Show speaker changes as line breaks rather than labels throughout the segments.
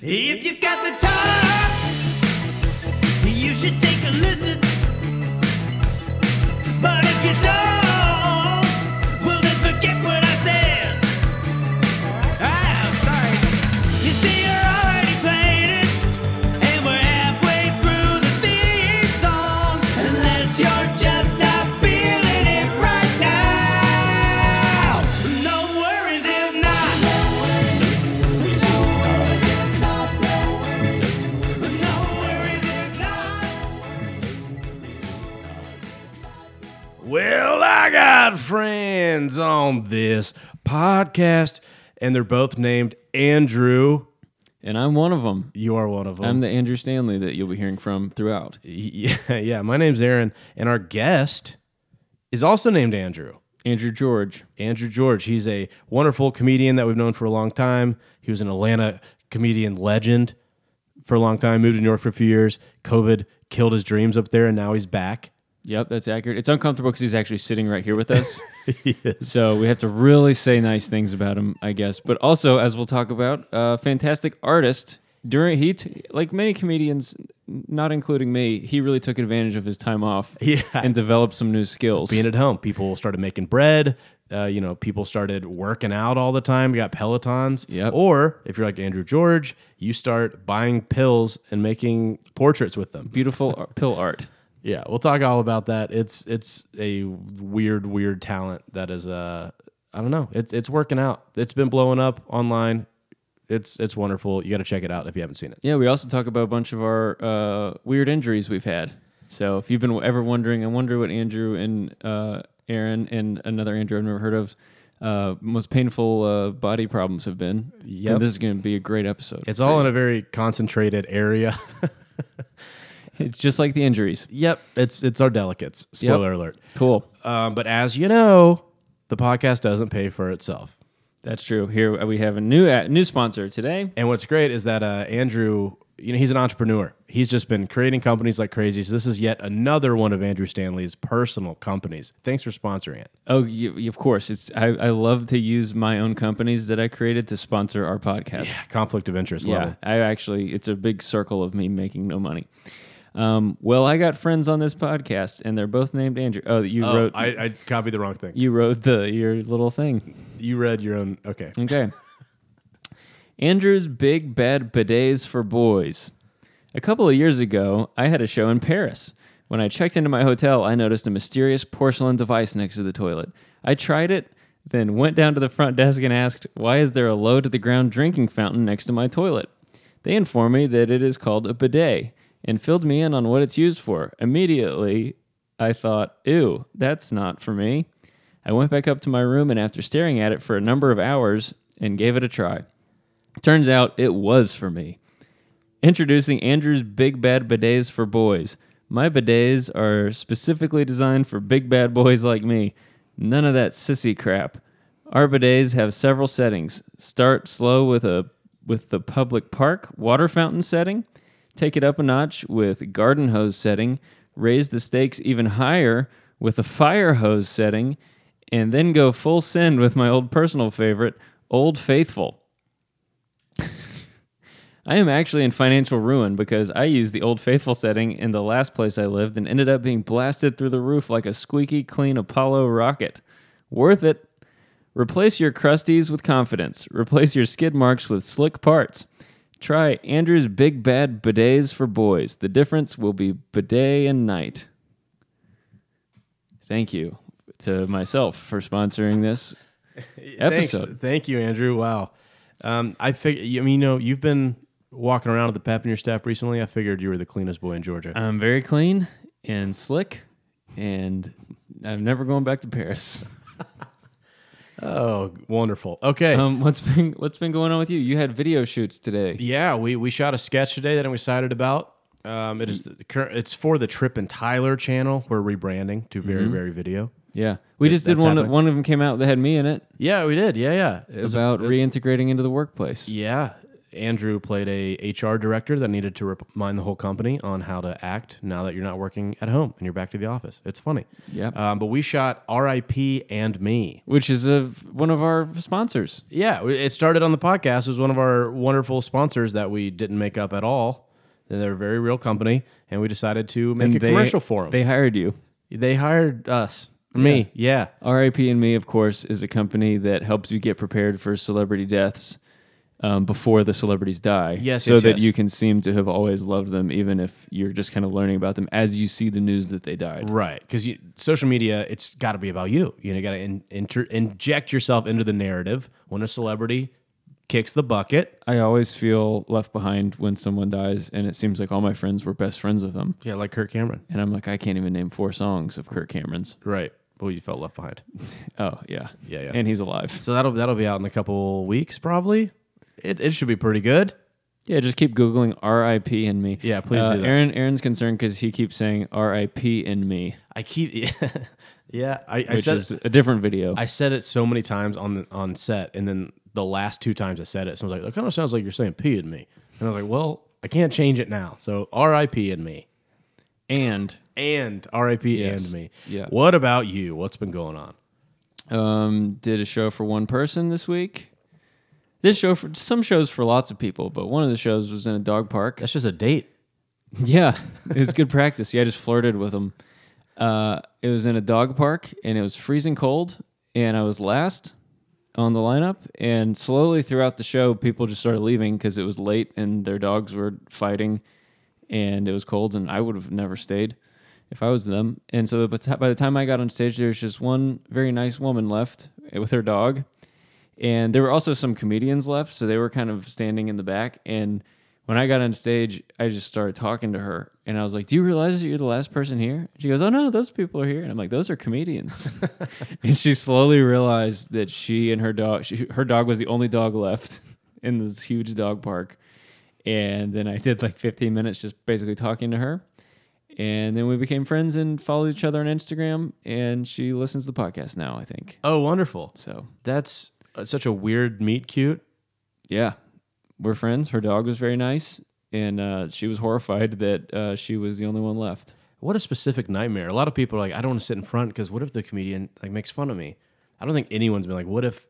If you've got the time, you should take a listen. But if you don't, well then forget what I said. Ah, I'm sorry. You see, you're already playing it, and we're halfway through the theme song. Unless you're just not feeling it right now. No worries if not. No worries if not.
Well, I got friends on this podcast, and they're both named Andrew.
And I'm one of them.
You are one of them.
I'm the Andrew Stanley that you'll be hearing from throughout.
yeah, yeah, my name's Aaron, and our guest is also named Andrew.
Andrew George.
Andrew George. He's a wonderful comedian that we've known for a long time. He was an Atlanta comedian legend for a long time, moved to New York for a few years. COVID killed his dreams up there, and now he's back.
Yep, that's accurate. It's uncomfortable because he's actually sitting right here with us. So we have to really say nice things about him, I guess. But also, as we'll talk about, uh, fantastic artist. During he, t- like many comedians, n- not including me, he really took advantage of his time off
Yeah.
and developed some new skills.
Being at home, people started making bread. Uh, you know, people started working out all the time. You got Pelotons.
Yep.
Or if you're like Andrew George, you start buying pills and making portraits with them.
Beautiful ar- pill art.
Yeah, we'll talk all about that. It's it's a weird, weird talent that is uh I don't know. It's it's working out. It's been blowing up online. It's it's wonderful. You gotta check it out if you haven't seen it.
Yeah, we also talk about a bunch of our uh, weird injuries we've had. So if you've been ever wondering, I wonder what Andrew and uh, Aaron and another Andrew I've never heard of uh, most painful uh, body problems have been. Yeah,
Yep.
this is going to be a great episode.
It's all in a very concentrated area.
It's just like the injuries.
yep. It's it's our delicates. Spoiler alert.
Cool.
Um, but as you know, the podcast doesn't pay for itself.
That's true. Here we have a new a new sponsor today.
And what's great is that uh, Andrew, you know, he's an entrepreneur. He's just been creating companies like crazy. So this is yet another one of Andrew Stanley's personal companies. Thanks for sponsoring it.
Oh, you, you- of course. It's I, I love to use my own companies that I created to sponsor our podcast.
conflict of interest
Yeah,
level.
I actually, it's a big circle of me making no money. Um, well, I got friends on this podcast, and they're both named Andrew. Oh, you
Oh,
wrote,
I, I copied the wrong thing. You,
you wrote the your little thing.
read your own. Okay.
Okay. Andrew's Big Bad Bidets for Boys. A couple of years ago, I had a show in Paris. When I checked into my hotel, I noticed a mysterious porcelain device next to the toilet. I tried it, then went down to the front desk and asked, Why is there a low to the ground drinking fountain next to my toilet? They informed me that it is called a bidet and filled me in on what it's used for. Immediately, I thought, Ew, that's not for me. I went back up to my room and, after staring at it for a number of hours, and gave it a try. Turns out it was for me. Introducing Andrew's Big Bad Bidets for Boys. My bidets are specifically designed for big bad boys like me. None of that sissy crap. Our bidets have several settings. Start slow with a with the public park water fountain setting. Take it up a notch with garden hose setting. Raise the stakes even higher with a fire hose setting, and then go full send with my old personal favorite, Old Faithful. I am actually in financial ruin because I used the Old Faithful setting in the last place I lived and ended up being blasted through the roof like a squeaky clean Apollo rocket. Worth it. Replace your crusties with confidence. Replace your skid marks with slick parts. Try Andrew's Big Bad Bidets for Boys. The difference will be bidet and night. Thank you to myself for sponsoring this episode.
Thanks. Thank you, Andrew. Wow. Um, I fig- I mean, you know, you've been walking around with the pep in your step recently. I figured you were the cleanest boy in Georgia.
I'm very clean and slick, and I'm never going back to Paris.
oh, wonderful. Okay.
Um, what's been what's been going on with you? You had video shoots today.
yeah, we, we shot a sketch today that I'm excited about. Um, it is the current. It's for the Trip and Tyler channel. We're rebranding to Very Very Video.
Yeah, we just did
that's
one.
happening.
One of them came out that had me in it
Yeah, we did. Yeah, yeah. It was
about reintegrating into the workplace.
Yeah, Andrew played a HR director that needed to remind the whole company on how to act now that you're not working at home and you're back to the office. It's funny.
Yep.
Um, but we shot R.I.P. and me.
which is a, one of our sponsors.
Yeah, we- it started on the podcast. It was one of our wonderful sponsors that we didn't make up at all. They're a very real company, and we decided to make a
they-
commercial for them.
They hired you.
They, hired us, me. Yeah.
RIP and Me, of course, is a company that helps you get prepared for celebrity deaths um, before the celebrities die.
Yes,
so
yes,
that
yes.
you can seem to have always loved them, even if you're just kind of learning about them as you see the news that they died.
Right, because social media, it's got to be about you. You know, got to in, inter, inject yourself into the narrative when a celebrity kicks the bucket.
I always feel left behind when someone dies, and it seems like all my friends were best friends with them.
Yeah, like Kirk Cameron.
And I'm like, I can't even name four songs of Kirk Cameron's.
Right. Well, you felt left behind.
Oh yeah,
Yeah, yeah.
And he's alive.
So that'll that'll be out in a couple weeks probably. It it should be pretty good.
Yeah, just keep googling R.I.P. and me. Uh,
Yeah, please do that.
Aaron, Aaron's concerned because he keeps saying R.I.P. and me,
I keep yeah, yeah. I, I
which
said
is a different video.
I said it so many times on the, on set, and then the last two times I said it, so I was like, that kind of sounds like you're saying P in me, and I was like, well, I can't change it now, so R.I.P. in me.
and
and RIP
Yes.
and me.
Yeah.
What about you? What's been going on?
um, did a show for one person this week. This show for some shows for lots of people, but one of the shows was in a dog park.
That's just a date.
Yeah, it was good practice. Yeah, I just flirted with him. Uh, it was in a dog park, and it was freezing cold, and I was last on the lineup. And slowly throughout the show, people just started leaving because it was late and their dogs were fighting, and it was cold, and I would have never stayed if I was them. And so by the ti- by the time I got on stage, there was just one very nice woman left with her dog, and there were also some comedians left, so they were kind of standing in the back. And when I got on stage, I just started talking to her, and I was like, "Do you realize that you're the last person here?" She goes, "Oh no, those people are here." And I'm like, "Those are comedians." and she slowly realized that she and her dog, she, her dog was the only dog left in this huge dog park. And then I did like 15 minutes just basically talking to her. And then we became friends and followed each other on Instagram. And she listens to the podcast now, I think.
Oh, wonderful.
So
That's uh, such a weird meet cute.
yeah, we're friends. Her dog was very nice, and uh, she was horrified that uh, she was the only one left.
What a specific nightmare. A lot of people are like, I don't want to sit in front because what if the comedian like makes fun of me? I don't think anyone's been like, what if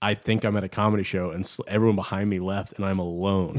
I think I'm at a comedy show and sl- everyone behind me left and I'm alone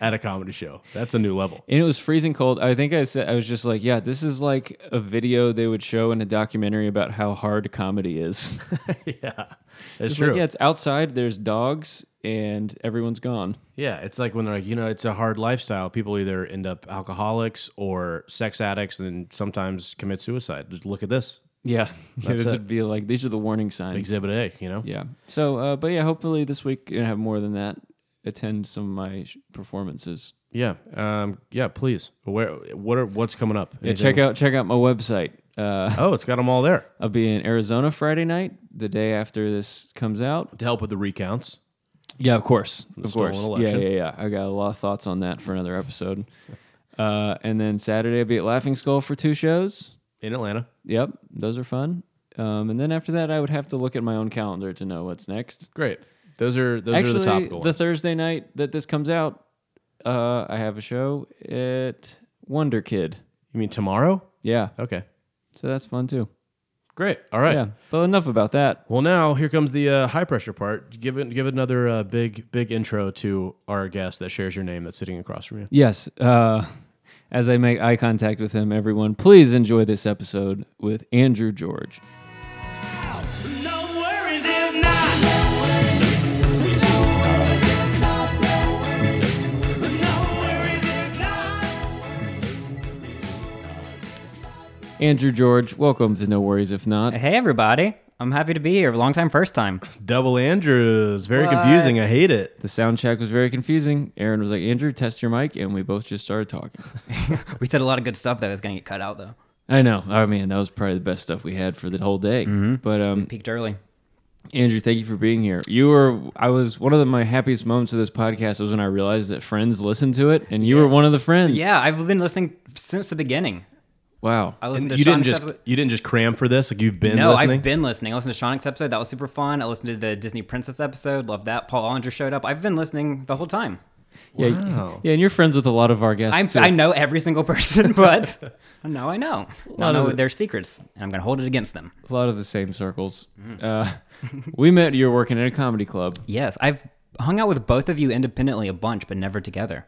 at a comedy show? That's a new level.
And it was freezing cold. I think I said I was just like, yeah, this is like a video they would show in a documentary about how hard comedy is.
yeah, that's
It's
true.
like, yeah, it's outside. There's dogs, and everyone's gone.
Yeah, it's like when they're like, you know, it's a hard lifestyle. People either end up alcoholics or sex addicts and sometimes commit suicide. Just look at this.
Yeah, this
it.
would be like these are the warning signs.
Exhibit A, you know?
Yeah. So, uh, but yeah, hopefully this week I have more than that. Attend some of my sh- performances.
Yeah. Um, yeah, please. Where what are what's coming up?
Yeah, check out check out my website. Uh,
Oh, it's got them all there.
I'll be in Arizona Friday night, the day after this comes out.
To help with the recounts.
Yeah, of course, of
stolen
course.
election.
Yeah, yeah, yeah. I got a lot of thoughts on that for another episode. uh, and then Saturday, I'll be at Laughing Skull for two shows.
In Atlanta.
Yep, those are fun. Um, and then after that, I would have to look at my own calendar to know what's next.
Great. Those are those
Actually,
are the topical ones.
Thursday night that this comes out, uh, I have a show at Wonder Kid.
you mean tomorrow?
Yeah,
Okay.
so that's fun too.
Great. All right.
Yeah, but enough about that.
Well, now here comes the uh, high pressure part. Give it, give another uh, big, big intro to our guest that shares your name that's sitting across from you.
Yes. Uh, as I make eye contact with him, everyone, please enjoy this episode with Andrew George.
No worries if not. No worries if not.
Andrew George, welcome to No Worries If Not.
Hey everybody! I'm happy to be here. Long time, first time.
Double Andrews. Very confusing. I hate it.
The sound check was very confusing. Aaron was like, Andrew, test your mic. And we both just started talking.
We said a lot of good stuff that was going to get cut out though.
I know. I mean, that was probably the best stuff we had for the whole day.
Mm-hmm.
But um,
Peaked early.
Andrew, thank you for being here. You were, I was, one of the, my happiest moments of this podcast was when I realized that friends listened to it. And you were one of the friends.
Yeah, I've been listening since the beginning.
Wow.
I
And
listened to
you didn't
Sean's
just
episode.
you didn't just cram for this. Like you've been
No,
listening.
I've been listening. I listened to Shonics episode. That was super fun. I listened to the Disney Princess episode. Loved that. Paul Ollinger showed up. I've been listening the whole time.
Yeah, y-
Wow.
yeah, and you're friends with a lot of our guests.
I'm,
too.
I know every single person, but now I know. Now I
Lot of
know
it.
their secrets, and I'm going to hold it against them.
a lot of the same circles.
Mm-hmm.
Uh, we met. You're working at a comedy club.
Yes, I've hung out with both of you independently a bunch, but never together.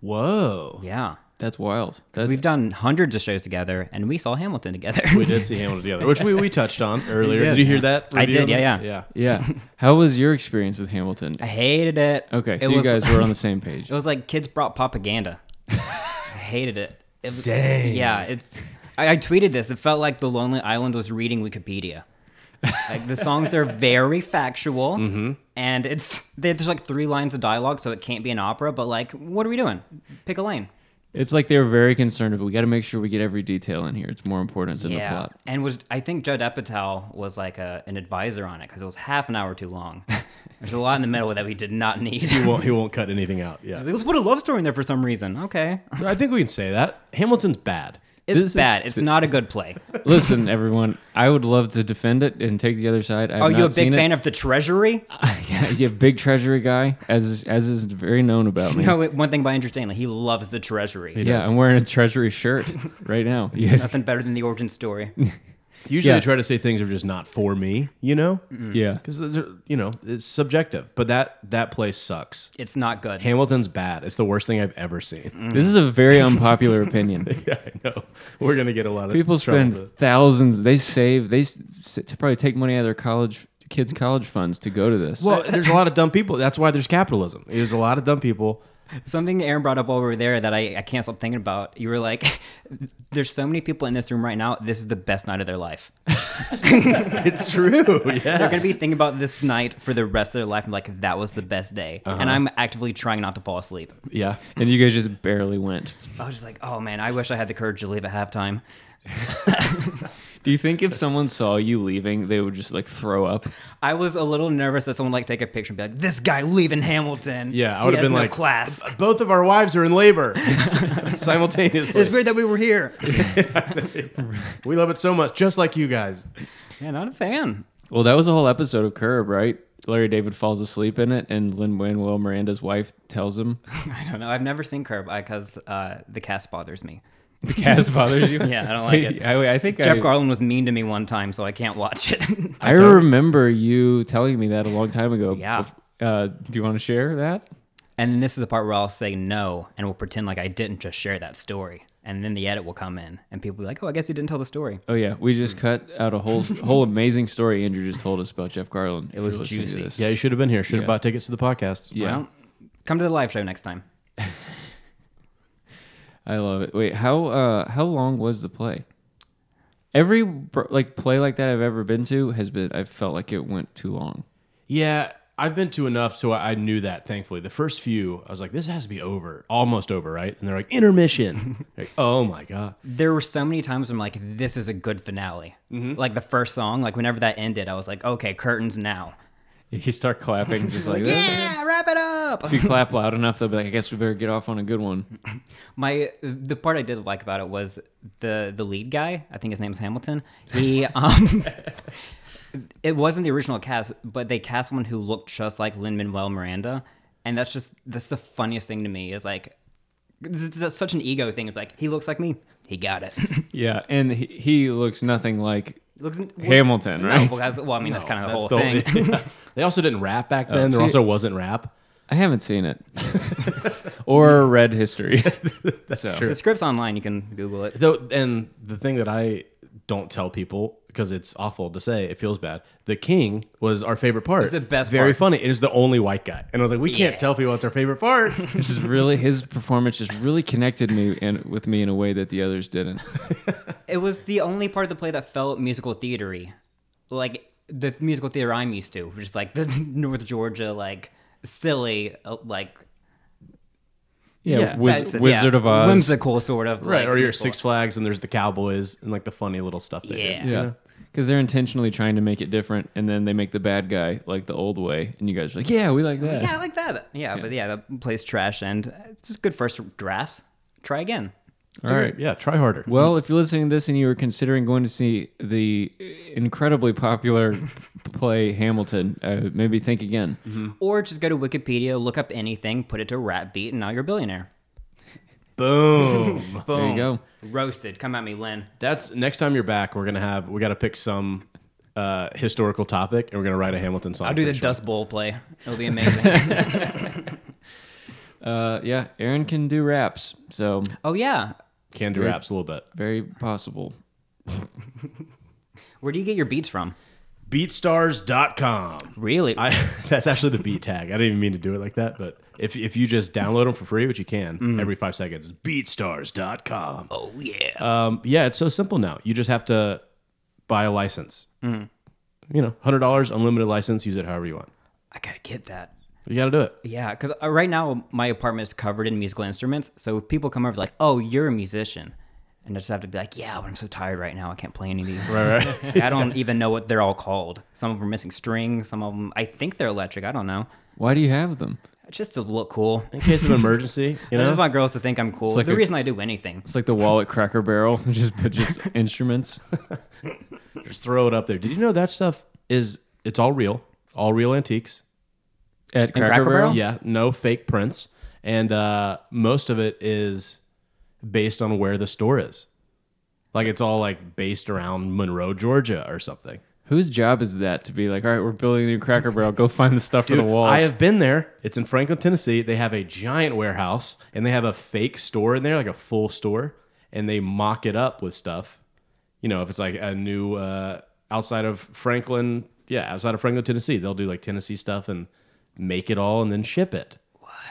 Whoa.
Yeah.
That's wild. That's,
We've done hundreds of shows together, and we saw Hamilton together.
We did see Hamilton together, which we, we touched on earlier.
did.
Did you hear that?
I
review
did,
on
yeah,
that?
yeah.
yeah. How was your experience with Hamilton?
I hated it.
Okay,
It
so you
was-
guys were on the same page.
It was like kids brought propaganda. I hated it. it was-
Dang.
Yeah, it's. I, I tweeted this. It felt like the Lonely Island was reading Wikipedia. Like the songs are very factual,
Mm-hmm.
and it's there's like three lines of dialogue, so it can't be an opera. But like, what are we doing? Pick a lane.
It's like they were very concerned of. We got to make sure we get every detail in here. It's more important than the plot.
and was I think Judd Apatow was like a, an advisor on it because it was half an hour too long. There's a lot in the middle that we did not need.
He won't, he won't cut anything out. Yeah.
Let's put a love story in there for some reason. Okay,
I think we can say that. Hamilton's bad.
it's
This is-
bad. it's not a good play.
Listen, everyone, I would love to defend it and take the other side. I have
Are Oh, you
not
a big
seen it.
fan of the Treasury?
yeah, you have big treasury guy, as as is very known about me.
No, wait, one thing by Andrew Stanley, he loves the Treasury.
yeah, I'm wearing a treasury shirt right now. Yes,
Nothing better than the origin story.
Usually
Yeah.
I try to say things are just not for me, you know?
Mm-hmm.
yeah.
Because, you know, it's subjective. But that, that place sucks.
It's not good.
Hamilton's bad. It's the worst thing I've ever
Mm. Mm-hmm.
seen.
This is a very unpopular opinion.
Yeah, I know. We're going to get a lot of
People
trouble
spend
with it.
thousands. They save. They s- to probably take money out of their college kids' college funds to go to this.
Well, there's a lot of dumb people. That's why there's capitalism. There's a lot of dumb people.
Something Aaron brought up over there that I, I can't stop thinking about. You were like, there's so many people in this room right now. This is the best night of their life.
It's true. Yeah.
They're going to be thinking about this night for the rest of their life and be like, that was the best day. And I'm actively trying not to fall asleep.
Yeah.
and you guys just barely went.
I was just like, oh man, I wish I had the courage to leave at halftime.
Do you think if someone saw you leaving, they would just like throw up?
I was a little nervous that someone would, like take a picture and be like, this guy leaving Hamilton.
Yeah, I
He
would've
has
been
no
like,
class.
Both of our wives are in labor
It's
simultaneously.
weird that we were here.
We love it so much, just like you guys.
yeah, not a fan.
Well, that was a whole episode of Curb, right? Larry David falls asleep in it, and Lin Manuel Miranda's wife tells him
I don't know. I've never seen Curb because uh, the cast bothers me.
the cast bothers you.
Yeah, I don't like it.
I, I think
Jeff
I,
Garland was mean to me one time, so I can't watch it.
I remember you telling me that a long time ago.
Yeah.
Uh, do you want to share that?
and then this is the part where I'll say no and we'll pretend like I didn't just share that story. And then the edit will come in and people will be like, oh, I guess you didn't tell the story.
Oh yeah, we just cut out a whole whole amazing story Andrew just told us about Jeff Garland. It
was juicy.
Yeah, you should have been here. Should have
Yeah.
bought tickets to the podcast.
yeah,
Well, come to the live show next time.
I love it. Wait, how uh how long was the play? Every br- like play like that I've ever been to has been I've felt like it went too long.
Yeah, I've been to enough, so I I knew that. Thankfully, the first few, I was like, "This has to be over, almost over, right?" And they're like, "Intermission." like, oh my god.
There were so many times I'm like, this is a good finale. Like the first song, like whenever that ended, I was like, okay, curtains now.
You start clapping just like that.
Yeah, wrap it up.
If you clap loud enough, they'll be like, I guess we better get off on a good one.
My the part I did like about it was the the lead guy. I think his name's Hamilton. He um, it wasn't the original cast, but they cast someone who looked just like Lin Manuel Miranda, and that's just that's the funniest thing to me is like, this is- that's such an ego thing. It's like he looks like me. He got it.
Yeah, and he, he looks nothing like
looks
Hamilton,
No,
right?
because- well, I mean that's kind of the
That's
whole
the
thing.
yeah. they also didn't rap back then. there
Oh, see-
also wasn't rap.
I haven't seen it or read history. so.
the script's online. You can Google it.
Though, and the thing that I don't tell people because it's awful to say, it feels bad. The king was our favorite part. It's
the best
Very
part.
funny. It is the only white guy, and I was like, "We can't
Yeah.
tell people it's our favorite part."
It's just really his performance just really connected me and with me in a way that the others didn't.
It was the only part of the play that felt musical theatery, like the th- musical theater I'm used to, which is like the North Georgia, like silly, uh, like
Yeah,
Yeah,
Wiz-
that's-
Wizard
yeah,
of Oz.
whimsical sort of,
right.
like,
or your
musical.
Six Flags, and there's the Cowboys, and like the funny little stuff. They did.
Yeah.
Yeah, because they're intentionally trying to make it different, and then they make the bad guy like the old way, and you guys are like, yeah, we like that.
Yeah, I like that. Yeah, but yeah, the play's trash, and it's just good first drafts. Try again.
All right.
Yeah, try harder.
Well, if you're listening to this and you were considering going to see the incredibly popular play Hamilton, uh, maybe think again.
Or just go to Wikipedia, look up anything, put it to rap beat, and now you're a billionaire.
Boom.
Boom.
go.
Roasted. Come at me, Lynn.
That's next time you're back. We're gonna have we got to pick some uh, historical topic, and we're gonna write a Hamilton song.
I'll do the
for sure.
Dust Bowl play. It'll be amazing.
Uh, yeah, Aaron can do raps, so
oh, yeah.
can do raps a little bit.
very possible.
Where do you get your beats from?
Beatstars.com.
Really?
I that's actually the beat tag. I didn't even mean to do it like that, but if if you just download them for free, which you can every five seconds, beatstars.com.
oh, yeah.
Um, yeah, it's so simple now. You just have to buy a license. You know, hundred dollars, unlimited license. Use it however you want.
I got to get that.
You got to do it.
Yeah, because right now my apartment is covered in musical instruments. So if people come over like, "Oh, you're a musician," and I just have to be like, "Yeah, but I'm so tired right now. I can't play any of these.
Right, right.
I don't even know what they're all called. Some of them are missing strings. Some of them, I think they're electric. I don't know.
Why do you have them?
Just to look cool.
In case of emergency, you
I just
know.
want girls to think I'm cool.
like
the
a-
reason I do anything.
It's like the wall at Cracker Barrel, just but just instruments.
Just throw it up there. Did you know that stuff is it's all real, all real antiques.
At Cracker,
Cracker
Barrel?
Barrel?
Yeah, no fake prints, and uh, most of it is based on where the store is. Like it's all like based around Monroe, Georgia, or something.
Whose job is that to be like, all right, we're building a new Cracker Barrel. Go find the stuff for the walls.
I have been there. It's in Franklin, Tennessee. They have a giant warehouse and they have a fake store in there, like a full store, and they mock it up with stuff. You know, if it's like a new uh, outside of Franklin, yeah, outside of Franklin, Tennessee, they'll do like Tennessee stuff and make it all and then ship it.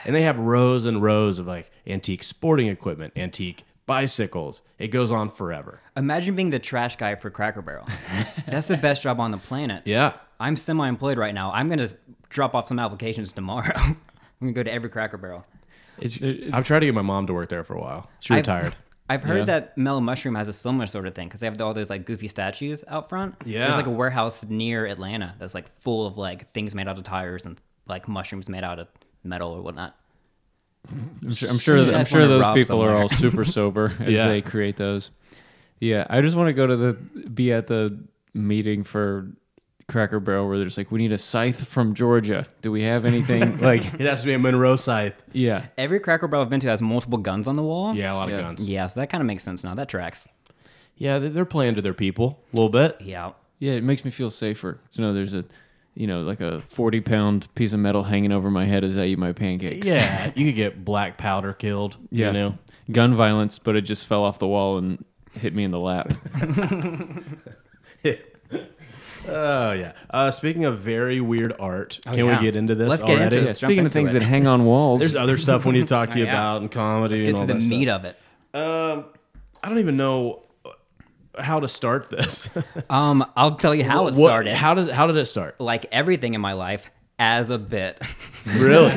And they have rows and rows of like antique sporting equipment, antique bicycles. It goes on forever.
Imagine being the trash guy for Cracker Barrel. That's the best job on the planet.
Yeah.
I'm semi-employed right now. I'm gonna s- drop off some applications tomorrow. I'm gonna go to every Cracker Barrel.
It's- it-
I've tried to get my mom to work there for a while. She
I've-
retired.
I've heard
Yeah.
that Mellow Mushroom has a similar sort of thing because they have all those like goofy statues out front.
Yeah.
there's like a warehouse near Atlanta that's like full of like things made out of tires and like mushrooms made out of metal or whatnot.
I'm sure, I'm sure,
You
I'm
guys
sure
wanna
those
rob
people are
somewhere.
all super sober as
Yeah.
they create those. Yeah, I just want to go to the be at the meeting for Cracker Barrel where they're just like, we need a scythe from Georgia. Do we have anything? like,
It has to be a Monroe scythe.
yeah,
Every Cracker Barrel I've been to has multiple guns on the wall.
Yeah, a lot
Yeah.
of guns.
yeah, so that kind of makes sense now. That tracks.
Yeah, they- they're playing to their people a little bit.
Yeah,
yeah, it makes me feel safer. So no, there's a, you know, like a 40 pound piece of metal hanging over my head as I eat my pancakes.
Yeah, you could get black powder killed.
Yeah.
You know,
Gun violence, but it just fell off the wall and hit me in the lap.
Oh yeah. Uh, speaking of very weird art, can
Oh, yeah.
we get into this
Let's get
already?
into
yeah,
Let's jump
speaking
into
of things
it.
that hang on walls,
There's other stuff we need to talk to you
Yeah.
about and comedy
get
and
to
all
the
that stuff.
meat of it.
Um, I don't even know how to start this.
Um, I'll tell you how it
What-
started.
How does how did it start?
like everything in my life, as a bit.
Really?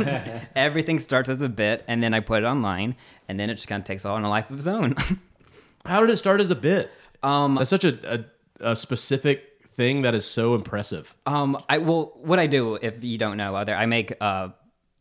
everything starts as a bit, and then I put it online, and then it just kind of takes on a life of its own.
how did it start as a bit?
um,
That's such a, a, a specific thing that is so impressive.
Um, I well, what I do if you don't know, other I make uh,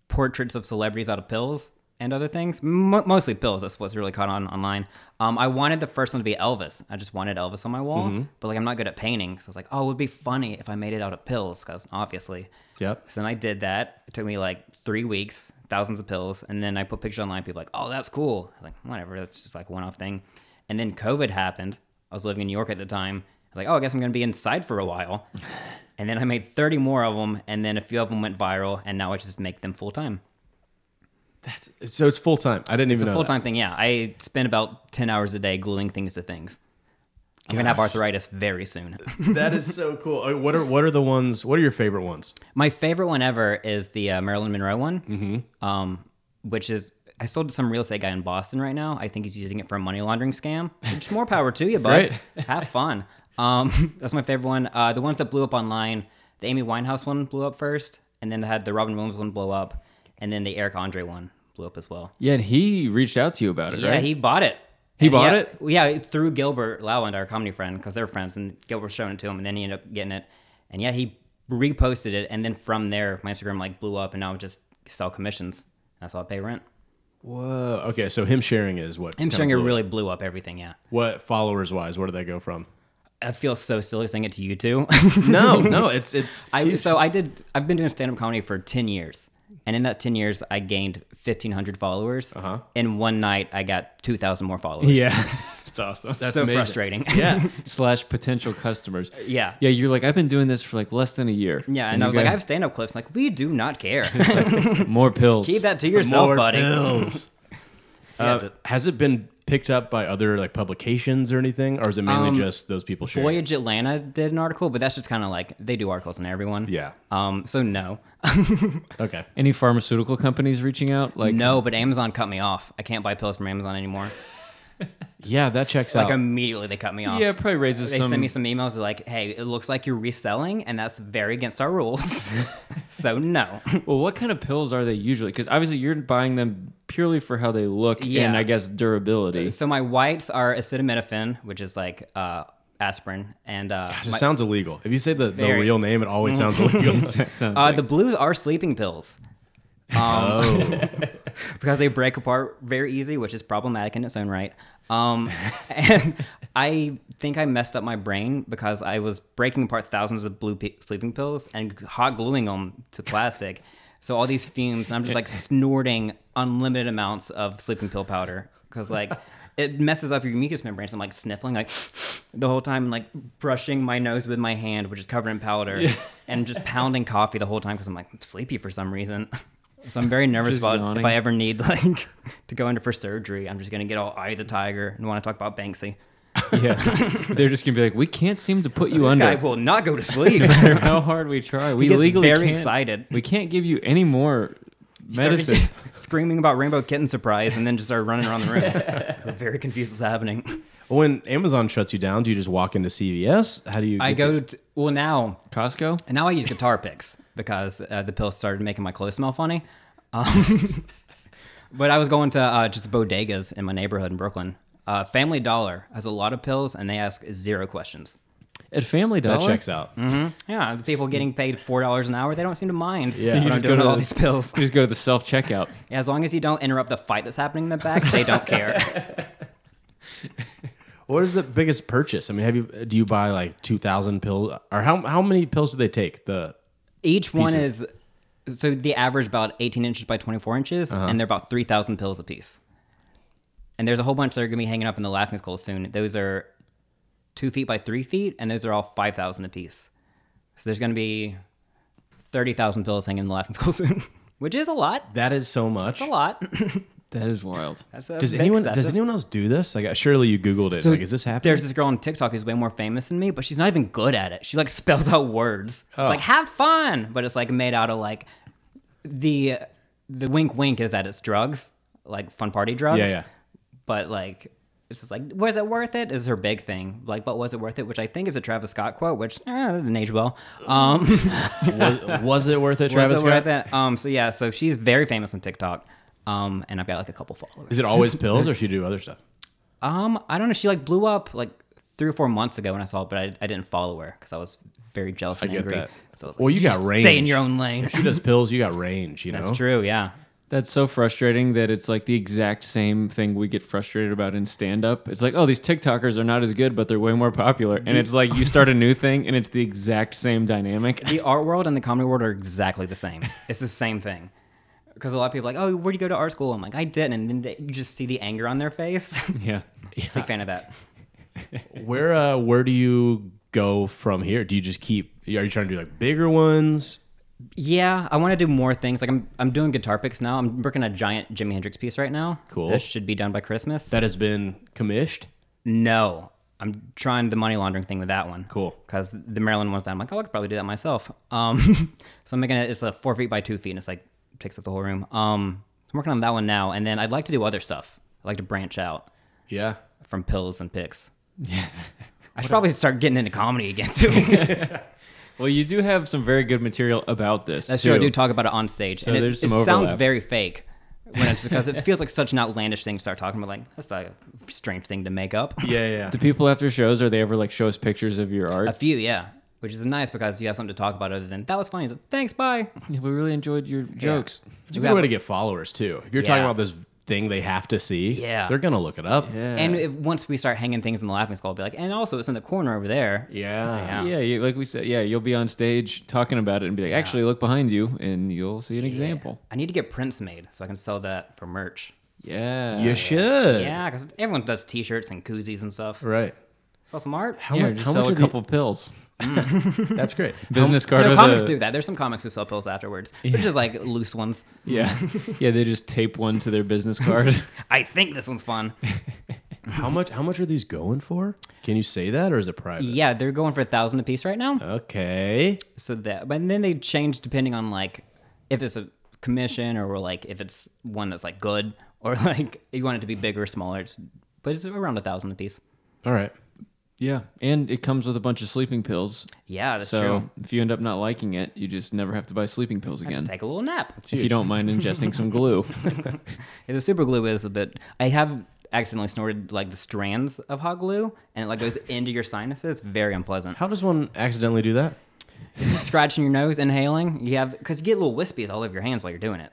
portraits of celebrities out of pills and other things, Mo mostly pills. That's what's really caught on online. Um, I wanted the first one to be Elvis. I just wanted Elvis on my wall, but like I'm not good at painting, so I was like, oh, it would be funny if I made it out of pills, because obviously.
Yep.
So then I did that. It took me like three weeks, thousands of pills, and then I put pictures online. People were like, oh, that's cool. I was like whatever, that's just like one off thing. And then COVID happened. I was living in New York at the time. I was like, oh, I guess I'm gonna be inside for a while. And then I made 30 more of them, and then a few of them went viral, and now I just make them full time.
That's so it's full time. I didn't
It's
even
a
know
full
that.
time thing, yeah. I spend about 10 hours a day gluing things to things. I'm gonna have arthritis very soon.
That is so cool. Uh, What are what are the ones? What are your favorite ones?
My favorite one ever is the uh, Marilyn Monroe one, mm-hmm. um, which is I sold to some real estate guy in Boston right now. I think he's using it for a money laundering scam. Which more power to you, bud. Have fun. Um, that's my favorite one. Uh, the ones that blew up online, the Amy Winehouse one blew up first, and then had the Robin Williams one blow up, and then the Eric Andre one blew up as well.
yeah, and he reached out to you about it,
Yeah,
right?
he bought it.
He
And
bought
yeah,
it?
Yeah, through Gilbert Lowland, our comedy friend, because they're friends, and Gilbert showing it to him, and then he ended up getting it. And yeah, he reposted it, and then from there, my Instagram like blew up, and now I just sell commissions. That's how I pay rent.
Whoa. Okay, so him sharing is what
Him
kinda
sharing it
blew
really blew up everything. Yeah,
What followers wise? Where did they go from?
I feel so silly saying it to you too.
No, no, it's it's
I so I did. I've been doing stand up comedy for ten years, and in that ten years, I gained fifteen hundred followers. Uh-huh. In one night, I got two thousand more followers.
it's awesome.
that's
so
amazing.
frustrating.
Yeah,
Slash potential customers.
Uh, yeah.
Yeah, you're like, I've been doing this for like less than a year.
Yeah, and I
you
was like,
go,
I have stand up clips. like, we do not care.
more pills.
Keep that to yourself,
More
buddy.
pills.
So yeah,
Uh,
the-
has it been picked up by other like publications or anything, or is it
Um,
mainly just those people sharing?
Voyage Atlanta did an article, but that's just kind of like they do articles on everyone.
Yeah.
Um. So no,
Okay.
Any pharmaceutical companies reaching out? Like,
no. But Amazon cut me off. I can't buy pills from Amazon anymore.
Yeah, that checks out.
Like immediately they cut me off.
Oh. Yeah, it probably raises
They
some.
sent me some emails they're like, "Hey, it looks like you're reselling, and that's very against our rules. so no,
Well, what kind of pills are they usually? Because obviously you're buying them purely for how they look
Yeah.
and I guess durability.
So my whites are acetaminophen, which is like uh, aspirin, and uh,
it
my-
sounds illegal. If you say the, the
Very.
real name, it always sounds illegal.
Sounds
uh,
like-
the blues are sleeping pills. Um, because they break apart very easy, which is problematic in its own right. Um, and I think I messed up my brain because I was breaking apart thousands of blue pe- sleeping pills and hot gluing them to plastic. So all these fumes, and I'm just like snorting unlimited amounts of sleeping pill powder because like it messes up your mucous membranes. I'm like sniffling like the whole time, like brushing my nose with my hand, which is covered in powder, and just pounding coffee the whole time because I'm like sleepy for some reason. So I'm very nervous
Just
about
yawning.
if I ever need like to go into for surgery. I'm just gonna get all eye of the tiger and want to talk about Banksy.
yeah. They're just going to be like, we can't seem to put you
This
under.
guy will not go to sleep.
no matter how hard we try, we
he gets
legally
very
can't-
excited.
We can't give you any more
Started
medicine.
screaming about Rainbow Kitten surprise, and then just started running around the room. We're very confused what's happening.
when Amazon shuts you down, do you just walk into CVS? How do you?
I
get
go
these?
to, well now,
Costco.
and now I use guitar picks because uh, the pills started making my clothes smell funny. Um, but I was going to uh, just bodegas in my neighborhood in Brooklyn. Uh, Family Dollar has a lot of pills, and they ask zero questions.
At Family Dollar.
that checks out.
Yeah, the people getting paid four dollars an hour, they don't seem to mind.
Yeah.
Yeah,
You
what I'm
just go
doing with
to
all
the-
these pills.
You just go to the self checkout.
Yeah, as long as you don't interrupt the fight that's happening in the back, they don't care.
What is the biggest purchase? I mean, have you do you buy like two thousand pills, or how how many pills do they take? The
Each one
Pieces.
is so the average about 18 inches by 24 inches,
Uh-huh.
and they're about 3,000 pills apiece. And there's a whole bunch that are gonna be hanging up in the laughing skull soon. Those are two feet by three feet, and those are all 5,000 apiece. So there's gonna be 30,000 pills hanging in the laughing skull soon, which is a lot.
that is so much.
A lot.
That is wild.
That's a
Does
bit
anyone does
excessive.
anyone else do this? Like, surely you Googled it.
So
like, is this happening?
There's this girl on TikTok who's way more famous than me, but she's not even good at it. She like spells out words.
Oh.
It's like have fun, but it's like made out of like the the wink wink is that it's drugs, like fun party drugs.
Yeah, yeah.
But like it's just like was it worth it? Is her big thing. Like, but was it worth it? Which I think is a Travis Scott quote, which eh, didn't age well. Um,
was, was it worth it, Travis?
was it
Scott?
worth it? Um, so yeah, so she's very famous on TikTok. Um, and I've got like a couple followers.
Is it always pills, or should you do other stuff?
Um, I don't know. She like blew up like three or four months ago when I saw it, but I, I didn't follow her because I was very jealous and
get
angry.
that.
So I was like,
Well, you got
"Just
range.
Stay in your own lane.
She does pills. You got range. You know.
That's true. Yeah.
That's so frustrating that it's like the exact same thing we get frustrated about in stand up. It's like, oh, these TikTokers are not as good, but they're way more popular. And it's like you start a new thing and it's the exact same dynamic.
The art world and the comedy world are exactly the same. It's the same thing. Because a lot of people are like, oh, where'd you go to art school? I'm like, I didn't. And then they, you just see the anger on their face.
Yeah.
Big fan of that.
Where uh, where do you go from here? Do you just keep? Are you trying to do like bigger ones?
Yeah, I want to do more things. Like I'm, I'm doing guitar picks now. I'm working a giant Jimi Hendrix piece right now.
Cool.
This should be done by Christmas.
That has been commissioned.
No, I'm trying the money laundering thing with that one.
Cool.
Because the Maryland one's that I'm like, oh, I could probably do that myself. Um, so I'm making it. It's a four feet by two feet, and it's like takes up the whole room. Um, so I'm working on that one now, and then I'd like to do other stuff. I'd like to branch out
Yeah.
from pills and picks. Yeah. I should probably start getting into comedy again too.
Well, you do have some very good material about this.
That's true. I
too.
do talk about it on stage, and it,
there's
it
some
sounds
overlap.
very fake when it's because it feels like such an outlandish thing to start talking about. Like that's a strange thing to make up.
Yeah. Yeah.
Do people after shows are they ever like show us pictures of your
A
art?
few, yeah. Which is nice because you have something to talk about other than that was funny. Thanks, bye.
we really enjoyed your jokes.
It's a good way to get followers too. If you're talking
Yeah.
about this thing they have to see,
Yeah.
they're gonna look it up.
Yeah.
And if, once we start hanging things in the laughing skull, I'll be like, and also it's in the corner over there.
Yeah.
Yeah.
yeah, you, like we said, yeah, you'll be on stage talking about it and be like, actually, look behind you, and you'll see an example.
I need to get prints made so I can sell that for merch.
Yeah.
You should.
Yeah, because everyone does T-shirts and koozies and stuff.
Right.
Sell some art.
How
yeah,
much?
just
How
sell
much?
a
Are
couple pills.
The, that's great.
Business card.
no,
with
comics
a-
do that. There's some comics who sell pills afterwards, which is like loose ones.
Yeah, yeah, they just tape one to their business card.
I think this one's fun.
How much? How much are these going for? Can you say that, or is it private?
yeah, they're going for a thousand a piece right now.
Okay.
So that, but then they change depending on like if it's a commission or like if it's one that's like good or like you want it to be bigger or smaller. It's, but it's around a thousand a piece.
All right.
yeah, and it comes with a bunch of sleeping pills.
Yeah, that's
so
true.
if you end up not liking it, you just never have to buy sleeping pills
Just
again.
take a little nap.
If you don't mind ingesting some glue.
Yeah, the super glue is a bit. I have accidentally snorted like the strands of hot glue, and it like goes into your sinuses. Very unpleasant.
How does one accidentally do that?
Just scratching your nose, inhaling. You have because you get little wispies all over your hands while you're doing it,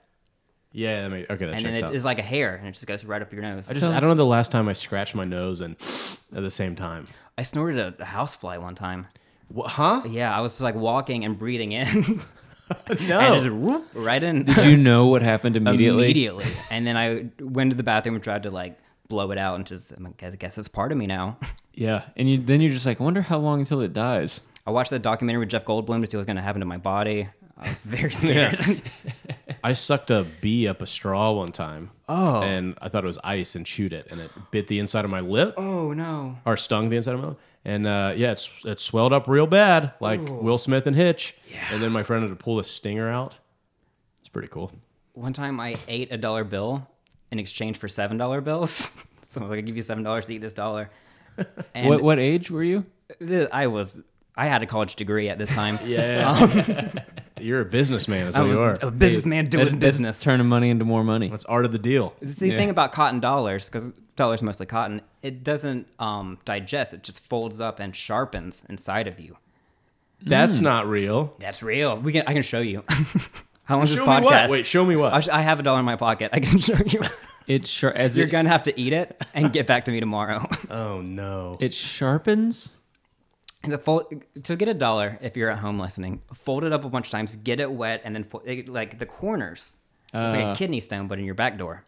Yeah. That may, okay. That
and then
checks
it
out.
is like a hair, and it just goes right up your nose. I,
I just, I don't know the last time I scratched my nose and at the same time.
snorted a, a housefly one time.
What, huh?
Yeah, I was just like walking and breathing in, and just
No.
whoop, right in
Did you know what happened immediately?
immediately. And then I went to the bathroom and tried to like blow it out, and just I'm like, I guess it's part of me now.
Yeah, and you, then you're just like, I wonder how long until it dies.
I watched that documentary with Jeff Goldblum to see what was going to happen to my body. I was very scared.
I sucked a bee up a straw one time. Oh. And I thought it was ice and chewed it and it bit the inside of my lip
Oh no.
or stung the inside of my lip. And uh, yeah, it's it swelled up real bad, like Will Smith and Hitch. Yeah. And then my friend had to pull the stinger out. It's pretty cool.
One time I ate a dollar bill in exchange for seven dollar bills. so I was like, I give you seven dollars to eat this dollar. And
What what age were you?
th- I was I had a college degree at this time.
Yeah. You're a businessman, is
I
what
was
you are.
a businessman doing business.
Turning money into more money.
That's art of the deal.
It's the thing about cotton dollars, because dollars mostly cotton, it doesn't um, digest. It just folds up and sharpens inside of you. Mm.
That's not real.
That's real. We can I can show you. How long is this
Show
podcast?
me what? Wait, show me what.
I sh- I have a dollar in my pocket. I can show you.
It shar as
You're
it,
gonna have to eat it and get back to me tomorrow.
oh no.
it sharpens.
So, fold, so get a dollar if you're at home listening. Fold it up a bunch of times, get it wet, and then fo- it- like the corners. it's like
Uh.
a kidney stone, but in your back door.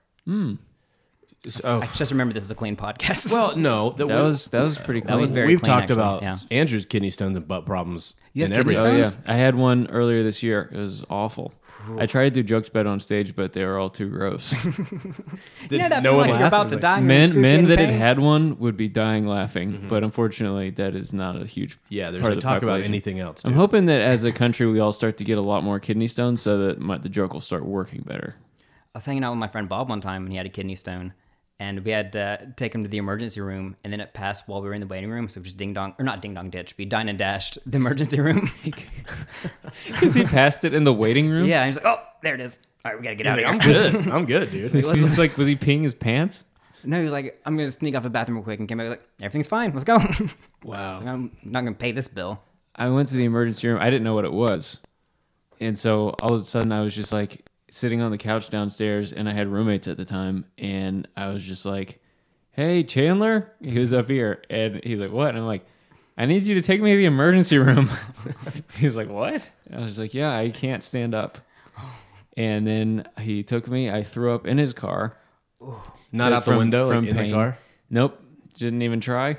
oh.
I just remember this is a clean podcast.
well, no. That,
That was that was pretty. Clean.
was very
We've
clean,
talked
actually,
about
yeah.
Andrew's kidney stones and butt problems
You have
in
kidney
every
Oh yeah,
Sounds-
I had one earlier this year. It was awful. I tried to do jokes about it on stage, but they were all too gross.
you know that feeling like you're about to die. and you're in
men men
excruciating
that had
pain?
had one would be dying laughing, but unfortunately, that is not a huge
Yeah, there's
part
no
of the
talk about
population.
anything else.
I'm
dude.
hoping that as a country, we all start to get a lot more kidney stones, so that my, the joke will start working better.
I was hanging out with my friend Bob one time, and he had a kidney stone, and we had to take him to the emergency room, and then it passed while we were in the waiting room, so we just ding dong or not ding dong ditch, we dine and dashed the emergency room.
Because he passed it in the waiting room.
yeah, and he's like, oh, there it is. All right, we gotta get out
Like,
of here.
I'm good. I'm good, dude.
He was like, was he peeing his pants?
No, he was like, I'm gonna sneak off the bathroom real quick and came back like, everything's fine, let's go.
Wow.
I'm not gonna pay this bill.
I went to the emergency room. I didn't know what it was. And so all of a sudden I was just like sitting on the couch downstairs and I had roommates at the time and I was just like, "Hey, Chandler, he was up here." And he's like, "What?" And I'm like, "I need you to take me to the emergency room." he's like, "What?" And I was like, "Yeah, I can't stand up." And then he took me. I threw up in his car
Not out the
from-
window
from
like, in the
pain.
car.
Nope, didn't even try.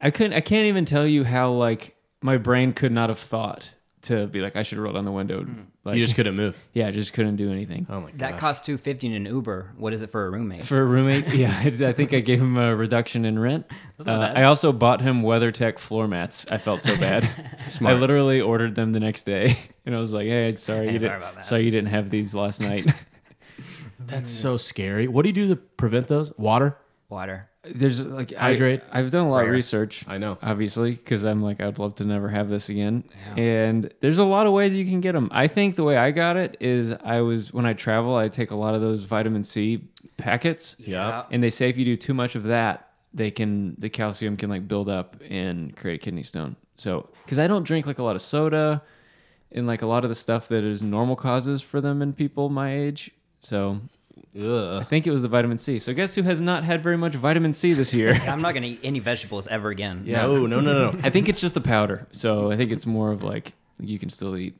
I couldn't. I can't even tell you how like my brain could not have thought to be like I should roll down the window. Like
Hmm. You just couldn't move.
yeah, I just couldn't do anything.
Oh my god.
That costs two fifty in an Uber. What is it for a roommate?
For a roommate, yeah, I I think I gave him a reduction in rent. Uh,
bad.
I also bought him WeatherTech floor mats. I felt so bad. I
Smart.
literally ordered them the next day, and I was like, "Hey, sorry, you
sorry
didn't,
about that."
sorry you didn't have these last night."
That's so scary. What do you do to prevent those? Water.
Water.
There's like I-
Hydrate.
I've done a lot of research.
I know.
obviously, because I'm like, I'd love to never have this again. And there's a lot of ways you can get them. I think the way I got it is I was when I travel, I take a lot of those vitamin C packets,
Yeah.
and they say if you do too much of that, they can the calcium can like build up and create a kidney stone. So because I don't drink like a lot of soda, and like a lot of the stuff that is normal causes for them in people my age. So
Ugh.
I think it was the vitamin C. So guess who has not had very much vitamin C this year?
I'm not gonna eat any vegetables ever again.
Yeah.
No, no, no, no.
I
Mm-hmm.
think it's just the powder. So I think it's more of like you can still eat.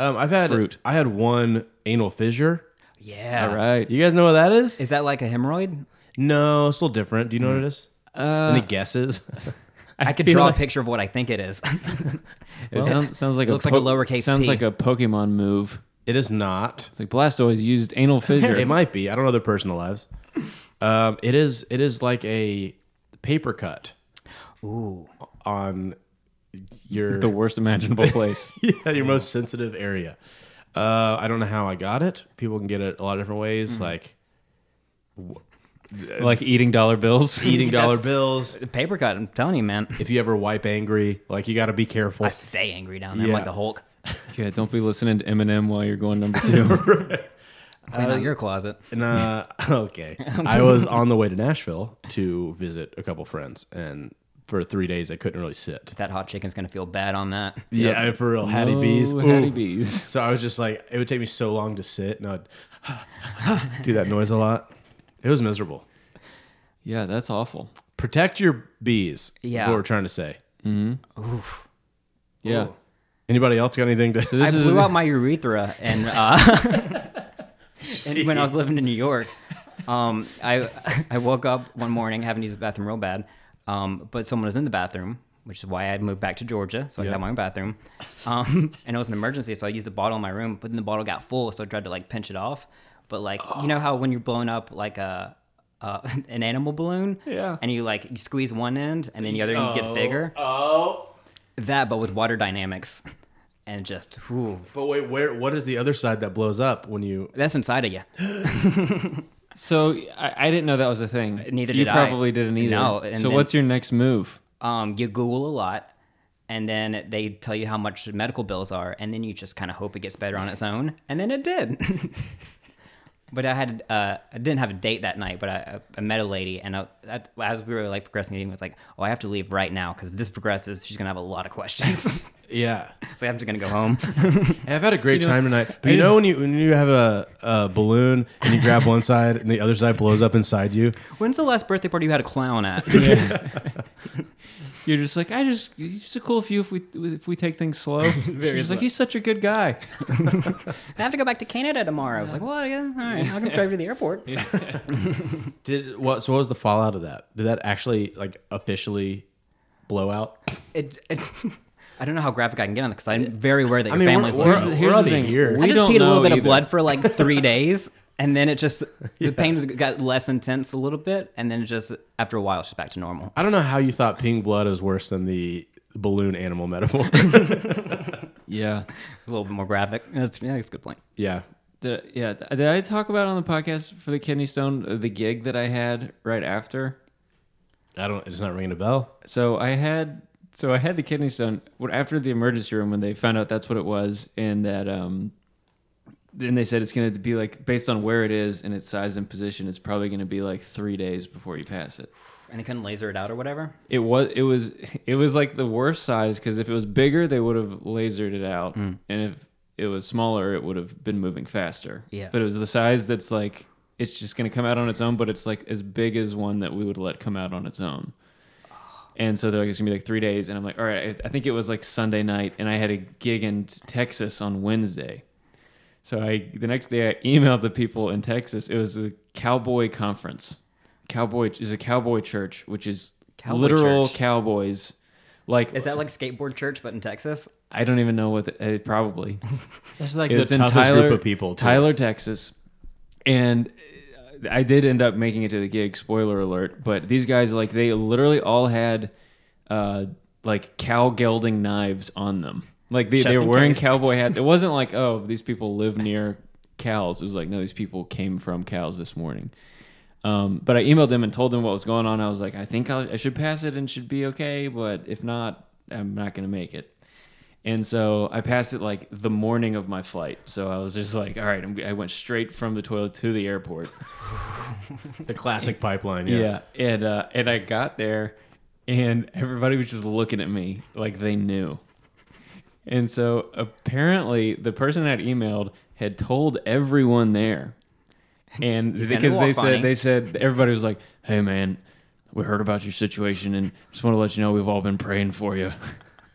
Um, I've had
Fruit.
I had one anal fissure.
Yeah.
All right.
You guys know what that is?
Is that like a hemorrhoid?
No, it's a little different. Do you know what it is?
Uh,
Any guesses?
I, could
feel
draw
like-
a picture of what I think it is.
it sounds, sounds like
looks
a
like a lowercase
Sounds
p.
like a Pokemon move.
it is not.
It's like Blastoise used anal fissure.
It might be. I don't know their personal lives. Um, it is. It is like a paper cut. Ooh. On your
the worst imaginable place.
yeah, your most sensitive area. Uh, I don't know how I got it. People can get it a lot of different ways, like
like eating dollar bills.
eating dollar bills.
Paper cut. I'm telling you, man.
If you ever wipe angry, like you got to be careful.
I stay angry down there. I'm
Yeah.
like the Hulk.
Yeah, don't be listening to Eminem while you're going number two.
Clean out your closet.
And, uh, okay, I was on the way to Nashville to visit a couple friends, and for three days I couldn't really sit.
That hot chicken's gonna feel bad on that.
Yeah, for real, Hattie
No
B's,
Oh, Hattie
Ooh.
B's.
So I was just like, it would take me so long to sit, and I'd do that noise a lot. It was miserable.
Yeah, that's awful.
Protect your bees. Yeah,
Yeah.
is what we're trying to say.
Yeah.
Anybody else got anything to?
This
I
is-
blew out my urethra and uh, and when I was living in New York, um, I I woke up one morning having to use the bathroom real bad, um, but someone was in the bathroom, which is why I had moved back to Georgia, so I
Yeah.
had my own bathroom, um, and it was an emergency, so I used a bottle in my room, but then the bottle got full, so I tried to like pinch it off, but like you know how when you're blowing up like a uh, an animal balloon,
Yeah.
and you like you squeeze one end and then the other end gets bigger. Oh, that but with water dynamics, and just whew,
But wait, where? What is the other side that blows up when you?
that's inside of you.
So I, I didn't know that was a thing.
Uh, Neither
you
did I.
probably didn't either.
No, and
so
then-
what's your next move?
Um, you Google a lot, and then they tell you how much the medical bills are, and then you just kind of hope it gets better on its own, and then it did. but I had uh, I didn't have a date that night, but I, I met a lady, and I, I, as we were like progressing, the evening, I was like, "Oh, I have to leave right now because if this progresses, she's gonna have a lot of questions." so
Yeah,
I'm just gonna go home.
Hey, I've had a great time tonight. But you know when you when you have a, a balloon and you grab one side and the other side blows up inside you.
When's the last birthday party you had a clown at?
You're just like I just. It's just a cool few if we if we take things slow. She's just like he's such a good guy.
I have to go back to Canada tomorrow. I was like, well, yeah, all right, I'll come drive you to the airport.
Did what? So what was the fallout of that? Did that actually like officially blow out?
It's, it's, I don't know how graphic I can get on it because I'm very aware that your
mean, we're-
family's
we're-
listening.
we're already here.
We
I just
don't
peed a little
know
bit
either.
of blood for like three days, and then it just the pain got less intense a little bit, and then it just after a while it's just back to normal.
I don't know how you thought peeing blood is worse than the balloon animal metaphor.
Yeah.
A little bit more graphic. That's, yeah, that's a good point.
yeah,
Did, yeah. Did I talk about on the podcast for the kidney stone uh, the gig that I had right after?
I don't. It's not ringing a bell.
So I had so I had the kidney stone when- after the emergency room when they found out that's what it was and that um then they said it's going to be like based on where it is and its size and position it's probably going to be like 3 days before you pass it.
And they couldn't laser it out or whatever.
It was it was it was like the worst size cuz if it was bigger they would have lasered it out and if it was smaller it would have been moving faster.
Yeah.
But it was the size that's like it's just going to come out on its own but it's like as big as one that we would let come out on its own. And so they're like, it's gonna be like three days. And I'm like, all right, I I think it was like Sunday night, and I had a gig in t- Texas on Wednesday. So I the next day I emailed the people in Texas. It was a cowboy conference. Cowboy is a cowboy church, which is
Cowboy
literal
church.
cowboys. Like
Is that like skateboard church, but in Texas?
I don't even know what the, uh, probably
That's like
it's
the
in
toughest
Tyler,
group of people. too.
Tyler, Texas, and uh, I did end up making it to the gig. Spoiler alert! But these guys, like, they literally all had uh, like cow gelding knives on them. Like they,
Just
they were
in
wearing
case.
cowboy hats. It wasn't like, oh, these people live near cows. It was like, no, these people came from cows this morning. Um, but I emailed them and told them what was going on. I was like, I think I'll, I should pass it and should be okay, but if not, I'm not going to make it. And so I passed it like the morning of my flight. So I was just like, all right, I'm, I went straight from the toilet to the airport.
the classic pipeline. Yeah.
Yeah. And, uh, and I got there and everybody was just looking at me like they knew. And so apparently the person I'd emailed had told everyone there. and
He's gonna
because they
walk on
said
it.
they said everybody was like, "Hey man, we heard about your situation and just want to let you know we've all been praying for you."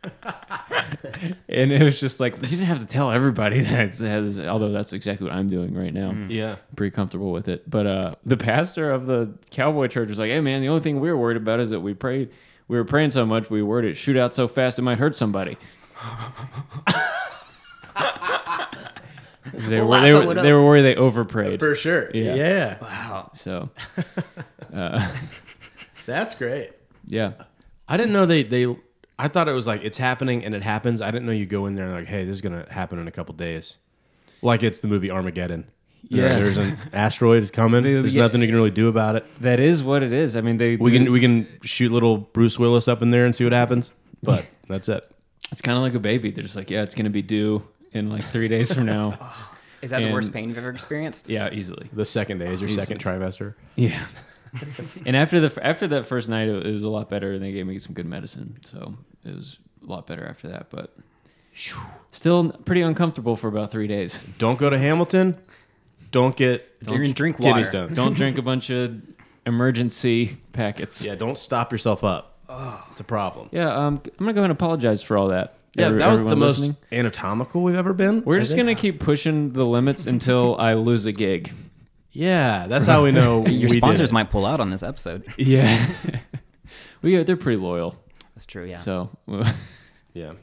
and it was just like you didn't have to tell everybody that. Although that's exactly what I'm doing right now
Mm.
Yeah.
pretty comfortable with it. But uh, the pastor of the cowboy church was like, "Hey, man, the only thing we were worried about is that we prayed, we were praying so much, we worried it shoot out so fast it might hurt somebody." 'Cause they, were, they,
Lasso
were,
it up.
they were worried they overprayed.
For sure.
Yeah.
yeah.
Wow.
So
That's great.
yeah,
I didn't know they they. I thought it was like it's happening and it happens. I didn't know you go in there and like, hey, this is gonna happen in a couple days, like it's the movie Armageddon.
Yeah.
there's an asteroid is coming. There's
yeah.
nothing you can really do about it.
that is what it is. I mean, they
We can we can shoot little Bruce Willis up in there and see what happens. But that's it.
It's kind of like a baby. They're just like, yeah, it's gonna be due in like three days from now.
Is that the
And-
worst pain you've ever experienced?
yeah, easily.
The second day is your second trimester.
Yeah. and after the after that first night, it, it was a lot better, and they gave me some good medicine, so it was a lot better after that. But still pretty uncomfortable for about three days.
Don't go to Hamilton. Don't get
You're gonna drink
kidney
water.
stones.
Don't drink a bunch of emergency packets.
yeah, don't stop yourself up. It's a problem.
Yeah, um, I'm gonna go ahead and apologize for all that.
Yeah,
Every-
that was the
everyone
most
listening.
anatomical we've ever been.
We're
I
just
think.
gonna keep pushing the limits until I lose a gig.
Yeah, that's how we know
Your
we
sponsors
did it.
might pull out on this episode.
Yeah. well, yeah, they're pretty loyal.
That's true. Yeah.
So
Yeah,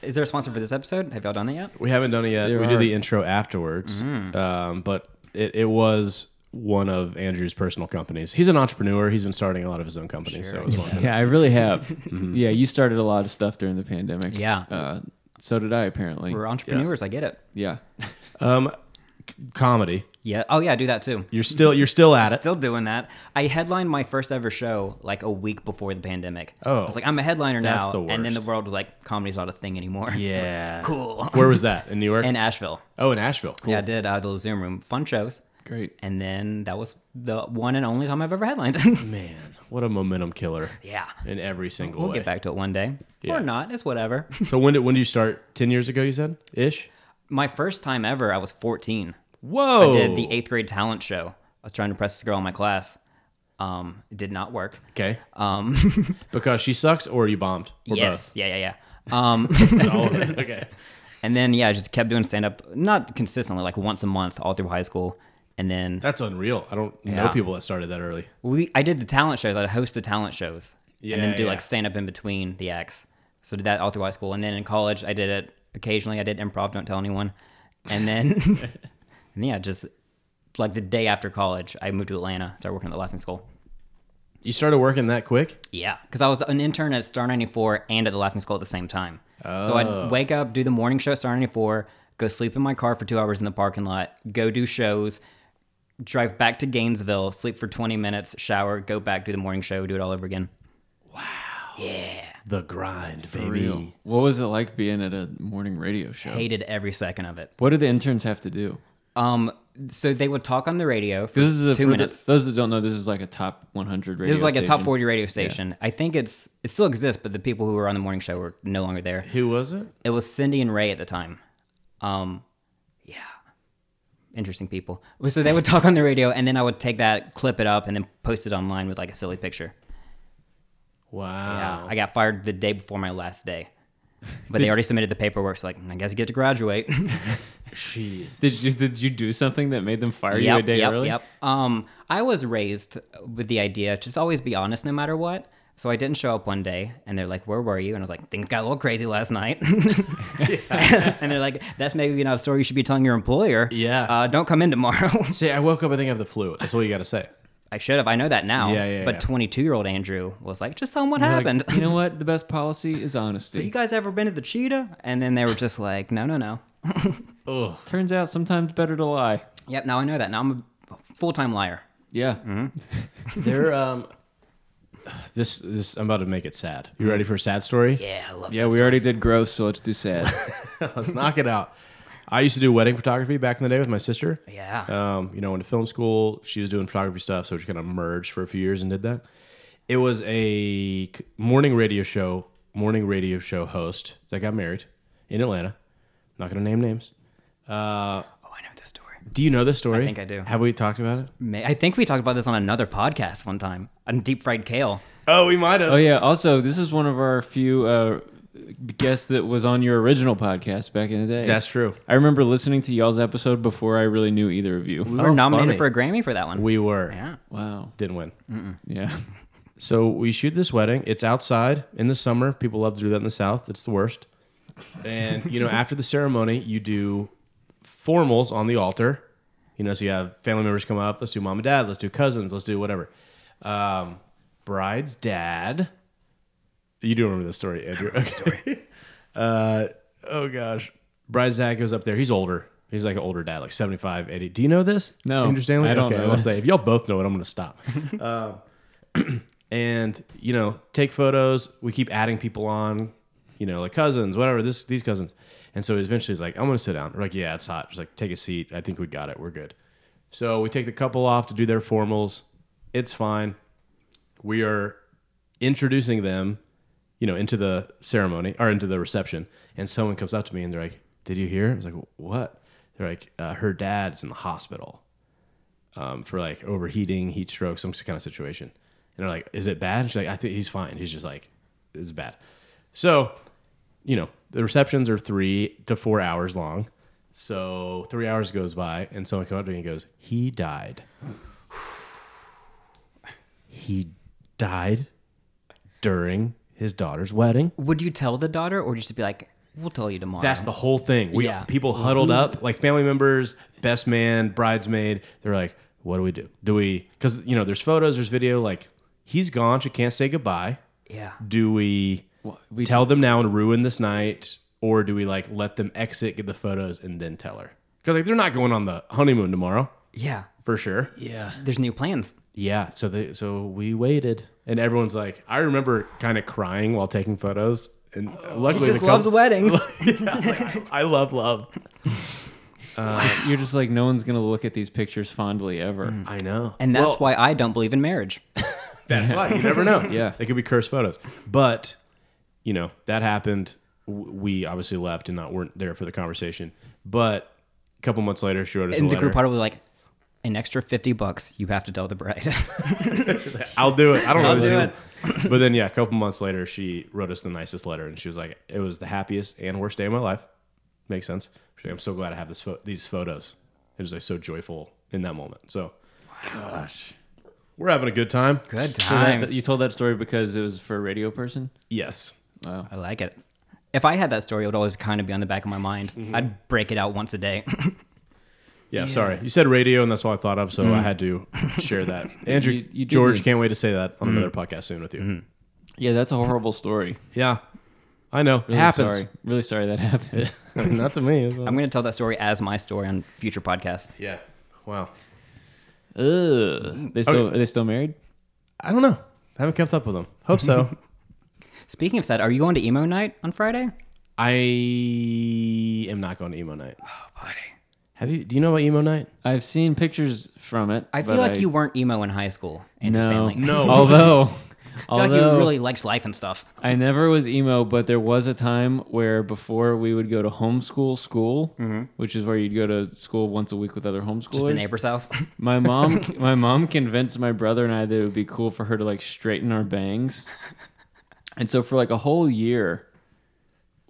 Is there a sponsor for this episode? Have y'all done that yet?
we haven't done it yet.
There
we did
are-
the intro afterwards,
Mm-hmm.
um, but it, it was one of Andrew's personal companies. He's an entrepreneur. He's been starting a lot of his own companies. So it's one of-
Yeah, I really have.
Mm-hmm.
Yeah, you started a lot of stuff during the pandemic.
Yeah.
Uh, so did I, apparently.
We're entrepreneurs. I get it.
Uh, Yeah.
um, c- comedy.
Yeah. Oh yeah, I do that too.
You're still you're still at it.
Still doing that. I headlined my first ever show like a week before the pandemic.
Oh.
I was like, I'm a headliner
That's
now.
the
And then the
worst.
world was like, comedy's not a thing anymore.
yeah.
Cool.
Where was that in New York?
In Asheville.
oh, in Asheville. Cool.
Yeah, I did. I had a little Zoom room. Fun shows.
Great.
And then that was the one and only time I've ever headlined.
Man, what a momentum killer.
yeah.
In every single
We'll
way.
get back to it one day.
Yeah.
Or not. It's whatever.
So when did when did you start? Ten years ago, you said ish.
my first time ever, I was 14.
Whoa.
I did the eighth grade talent show. I was trying to impress this girl in my class. Um, it did not work.
Okay.
Um,
Because she sucks, or you bombed. Or
yes. Yeah, yeah, yeah. Um,
Both. All of it. Okay.
and then, yeah, I just kept doing stand up, not consistently, like once a month all through high school. And then
That's unreal. I don't know
Yeah.
people that started that early.
we, I did the talent shows. I'd host the talent shows and
Yeah,
then do
yeah.
like stand up in between the acts. So did that all through high school. And then in college, I did it occasionally. I did improv, don't tell anyone. And then, and yeah, just like the day after college, I moved to Atlanta, started working at the Laughing Skull.
You started working that quick?
Yeah, because I was an intern at Star 94 and at the Laughing Skull at the same time. So
Oh.
I'd wake up, do the morning show at Star 94, go sleep in my car for two hours in the parking lot, go do shows, drive back to Gainesville, sleep for 20 minutes, shower, go back, do the morning show, do it all over again.
The grind, baby.
Real. What was it like being at a morning radio show?
Hated every second of it.
What did the interns have to do?
Um, so they would talk on the radio for
This is a,
two
for the-
minutes.
those that don't know, this is like a top 100 radio.
This is like a top
station.
40 radio station. I think it's it still exists, but the people who were on the morning show were no longer there.
Who was it?
It was Cindy and Ray at the time. Um, yeah, interesting people. So they would talk on the radio, and then I would take that, clip it up, and then post it online with like a silly picture. Yeah,
Wow.
I got fired the day before my last day, but they already submitted the paperwork. So like, I guess you get to graduate.
Jeez.
Did you did you do something that made them fire you a day
yep,
early?
Yep. Um, I was raised with the idea just always be honest no matter what. So I didn't show up one day, and they're like, "Where were you?" And I was like, "Things got a little crazy last night." and they're like, "That's maybe not a story you should be telling your employer."
Yeah.
Uh, don't come in tomorrow.
Say, I woke up, I think I have the flu. That's all you got to say.
I should have. I know that now.
Yeah, yeah, yeah.
But twenty-two-year-old Andrew was like, "Just tell him what
You're like,
happened."
you know what? The best policy is honesty.
you guys ever been to the cheetah? And then they were just like, "No, no, no."
Ugh.
Turns out sometimes better to lie.
Yep. Now I know that. Now I'm a full-time liar.
Yeah.
Mm-hmm.
They're, um, this, this, I'm about to make it sad. You ready for a sad story?
Yeah, I love.
Yeah, we already did gross, so let's do sad.
Let's knock it out. I used to do wedding photography back in the day with my sister.
Yeah.
Um, you know, into film school, she was doing photography stuff, so she kind of merged for a few years and did that. It was a c- morning radio show, morning radio show host that got married in Atlanta. Not going to name names.
Oh, I know this story.
Do you know this story?
I think I do.
Have we talked about it?
May- I think we talked about this on another podcast one time on deep fried kale.
Oh, we might have.
Oh yeah. Also, this is one of our few uh, guests that was on your original podcast back in the day.
That's true.
I remember listening to y'all's episode before I really knew either of you.
We were
Oh,
nominated
funny.
for a Grammy for that one.
We were.
yeah.
Wow.
Didn't win.
Yeah.
So we shoot this wedding. It's outside in the summer. People love to do that in the South. It's the worst. And you know, after the ceremony, you do formals on the altar. You know, so you have family members come up. Let's do mom and dad. Let's do cousins. Let's do whatever. Um, bride's dad. You do remember this story, Andrew? Okay. uh, oh gosh, bride's dad goes up there. He's older. He's like an older dad, like 75, 80. Do you know this?
No,
Andrew Stanley?
I don't
okay,
know
I'll
this.
say if y'all both know it, I'm gonna stop Uh, and you know take photos we keep adding people on you know like cousins whatever this these cousins and so eventually he's like i'm gonna sit down we're like yeah it's hot just like take a seat i think we got it we're good so we take the couple off to do their formals it's fine we are introducing them you know into the ceremony or into the reception and someone comes up to me and they're like did you hear i was like what they're like uh, her dad's in the hospital um, for like overheating, heat stroke, some kind of situation. And they're like, "Is it bad?" And she's like, "I think he's fine." He's just like, "It's bad." So, you know, the receptions are three to four hours long. So three hours goes by, and someone comes up to me and goes, "He died." he died during his daughter's wedding.
Would you tell the daughter or just be like, we'll tell you tomorrow?
That's the whole thing. We
Yeah.
people huddled up, like family members, best man, bridesmaid. They're like, "What do we do? Do we?" Because you know, there's photos, there's video. Like, he's gone. She can't say goodbye.
Yeah.
Do we,
we-
tell them now and ruin this night, or do we like let them exit, get the photos, and then tell her? Because like they're not going on the honeymoon tomorrow
Yeah.
for sure. Yeah.
There's new plans.
Yeah, so they so we waited, and everyone's like, I remember kind of crying while taking photos, and luckily
He just
the
loves
couple-
weddings.
I was like, I I love love.
Just- You're just like no one's gonna look at these pictures fondly ever.
I know,
and that's
Well,
why I don't believe in marriage.
That's why you never know.
Yeah.
they could be cursed photos. But you know that happened. W- We obviously left and not weren't there for the conversation. But a couple months later, she wrote us a
And the
letter.
group probably like, an extra 50 bucks, you have to tell the bride.
I'll do it. I don't know.
I'll
this
do
is- But then yeah, a couple months later, she wrote us the nicest letter, and she was like, "It was the happiest and worst day of my life." Makes sense. She's like, I'm so glad I have this pho- these photos. It was like so joyful in that moment. So,
Gosh.
we're having a good time.
Good
So that-
time.
you told that story because it was for a radio person.
Yes.
I like it. If I had that story, it would always kind of be on the back of my mind.
Mm-hmm.
I'd break it out once a day.
Yeah, sorry. You said radio, and that's all I thought of, so I had to share that. Andrew,
You- you did
George,
good.
can't wait to say that on another podcast soon with you.
Yeah, that's a horrible story.
Yeah, I know.
Really
it happens.
Sorry. Really sorry that happened.
Not to me.
I'm going to tell that story as my story on future podcasts.
Yeah. Wow.
Ugh. They still are they still married?
I don't know. I haven't kept up with them. Hope so.
Speaking of sad, are you going to emo night on Friday?
I am not going to emo night.
Oh,
Have you? Do you know about emo night?
I've seen pictures from it.
I feel
but
like you weren't emo in high school, Andrew
no,
Stanley.
No.
Although,
I feel
although
like you really liked life and stuff.
I never was emo, but there was a time where before we would go to homeschool school, which is where you'd go to school once a week with other homeschoolers.
Just the neighbor's house.
My mom, my mom convinced my brother and I that it would be cool for her to like straighten our bangs, and so for like a whole year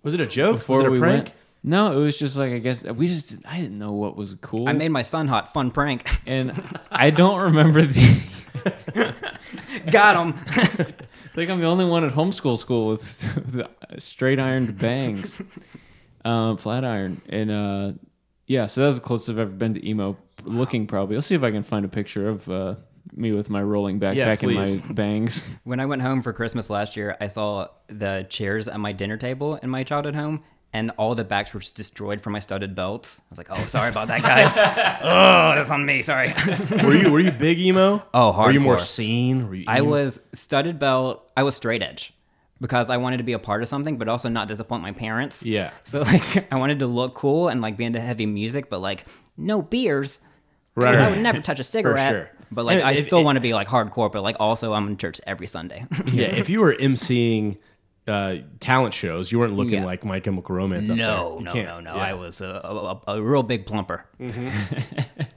Was it a joke?
before
was it a
we
prank?
went, no, it was just like I guess we just didn't- I didn't know what was cool,
I made my son hot. Fun prank.
and I don't remember the.
Got him.
I think I'm the only one at homeschool school with the straight ironed bangs, um, flat iron, and uh, yeah. So that was the closest I've ever been to emo looking. Probably I'll see if I can find a picture of uh, me with my rolling back
Yeah,
back in
please.
my bangs.
When I went home for Christmas last year, I saw the chairs at my dinner table in my childhood home, and all the backs were just destroyed from my studded belts. I was like, "Oh, sorry about that, guys. oh, that's on me. Sorry."
were you were you big emo?
Oh,
Were you more
hardcore.
seen? Were you
I
emo?
was studded belt. I was straight edge because I wanted to be a part of something, but also not disappoint my parents.
Yeah.
So like, I wanted to look cool and like be into heavy music, but like no beers.
Right,
I
right.
would never touch a cigarette.
sure.
But like,
And
I
if-
still
if-
want to be like hardcore. But like, also, I'm in church every Sunday.
Yeah, if you were emceeing uh, talent shows, you weren't looking
Yeah.
like My Chemical Romance. up
No,
there. You
no,
can't-
no, no.
yeah.
I was a, a, a real big plumper.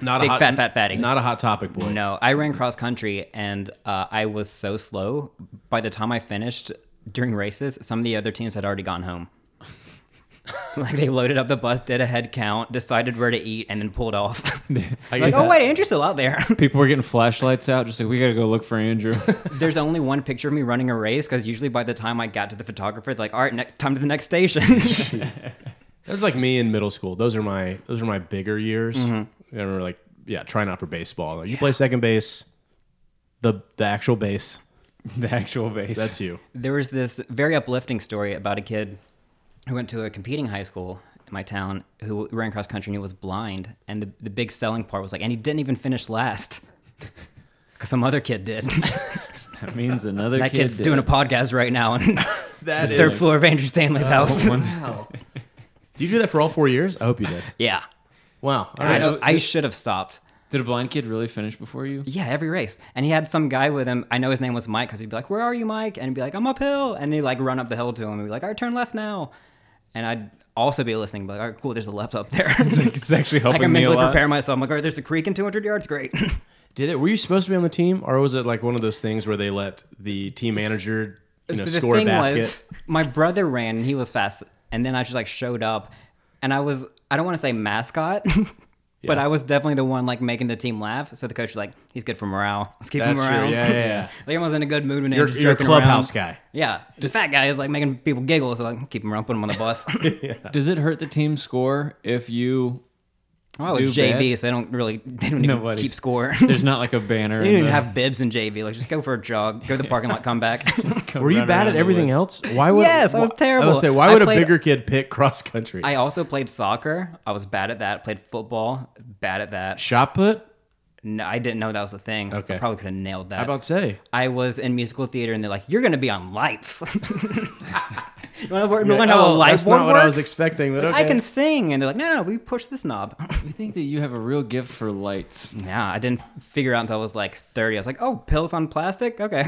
not
big
a hot,
fat, fat fatty.
Not a hot topic boy.
No, I ran cross country and uh, I was so slow. By the time I finished during races, some of the other teams had already gone home. like they loaded up the bus, did a head count, decided where to eat, and then pulled off.
I
like,
get
oh
that.
wait, Andrew's still out there.
People were getting flashlights out, just like we gotta go look for Andrew.
There's only one picture of me running a race because usually by the time I got to the photographer, they're like, all right, ne- time to the next station.
That's like me in middle school. Those are my those are my bigger years.
Mm-hmm.
I remember like yeah, trying out for baseball. Like, You play second base, the the actual base.
the actual base.
That's you.
there was this very uplifting story about a kid who went to a competing high school in my town who ran cross country and he was blind. And the, the big selling part was like, and he didn't even finish last. Because some other kid did.
that means another
that
kid
kid's doing a podcast right now on
That
the third floor of Andrew Stanley's house.
Did you do that for all four years? I hope you did.
yeah.
Wow. All
I,
right.
know, I should have stopped.
Did a blind kid really finish before you?
Yeah, every race. And he had some guy with him. I know his name was Mike because he'd be like, Where are you, Mike? And he'd be like, I'm uphill. And he'd like run up the hill to him and be like, All right, turn left now. And I'd also be listening, but like, All right, cool, there's a left up there.
It's actually
I
helping
can
me a
mentally
lot.
prepare myself. I'm like, All right, there's a creek in 200 yards. Great.
Did it? Were you supposed to be on the team, or was it like one of those things where they let the team manager you know,
So the
score a
thing
basket?
was, my brother ran and he was fast. And then I just like showed up and I was, I don't want to say mascot. But
Yeah.
I was definitely the one like making the team laugh. So the coach was like, "He's good for morale. Let's keep
That's
him
true.
around."
Yeah, yeah, yeah.
like everyone's in a good mood when
You're,
they're
you're a
jerking around.
clubhouse guy.
Yeah, the fat guy is like making people giggle, so like keep him around, put him on the bus.
Does it hurt the team score if you?
I was
Do
JV,
bad.
so they don't really they don't even
Nobody's-
keep score. they
There's not like a banner.
don't even have bibs in JV. Like just go for a jog, go to the parking lot, come back.
Were you bad at everything else? Why would?
Yes, I was
wh- I
terrible.
was gonna say, why
I
would
played-
a bigger kid pick cross country?
I also played soccer. I was bad at that. Played football, bad at that.
Shot put.
No, I didn't know that was a thing.
Okay.
I probably could have nailed that.
I about to say
I was in musical theater, and they're like, "You're gonna be on lights." you want to learn
Like,
how a
oh,
light
That's
board
not what I was
works?
expecting. But
Like, I
okay.
can sing, and they're like, "No, no, we push this knob."
We think that you have a real gift for lights.
Yeah, I didn't figure out until I was like 30. I was like, oh, pills on plastic? Okay.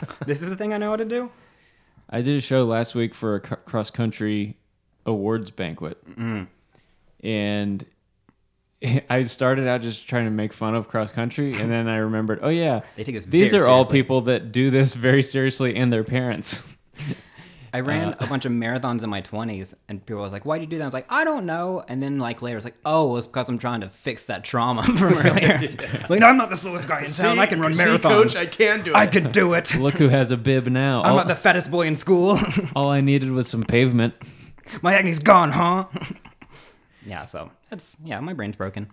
this is the thing I know how to do?
I did a show last week for a cross country awards banquet,
Mm.
and I started out just trying to make fun of cross country, and then I remembered, oh yeah,
They take this
these
very
are all
seriously.
people that do this very seriously and their parents.
I ran a bunch of marathons in my 20s, and people was like, why do you do that? I was like, I don't know. And then like later, it's like, oh, it's because I'm trying to fix that trauma from earlier. Like, no, I'm not the slowest guy in town. I can run marathons. I,
can do
can do it.
Look who has a bib now.
I'm
All,
not the fattest boy in school.
all I needed was some pavement.
my acne's gone, huh? yeah, so that's, yeah, my brain's broken.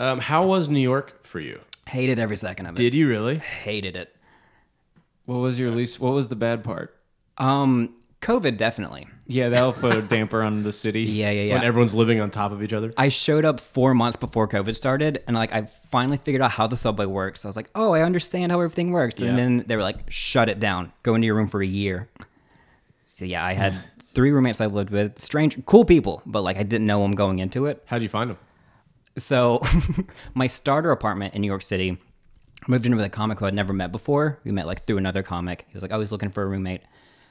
Um, how was New York for you?
Hated every second of it.
Did you really?
Hated it.
What was your least? What was the bad part?
Um, COVID definitely.
Yeah, that'll put a damper on the city.
Yeah, yeah, yeah.
When everyone's living on top of each other.
I showed up four months before COVID started, and like I finally figured out how the subway works. I was like, "Oh, I understand how everything works."
Yeah.
And then they were like, "Shut it down. Go into your room for a year." So yeah, I had three roommates I lived with, strange, cool people, but like I didn't know them going into it.
How'd you find them?
So my starter apartment in New York City, I moved in with a comic who I'd never met before. We met like through another comic. He was like, "I was looking for a roommate,"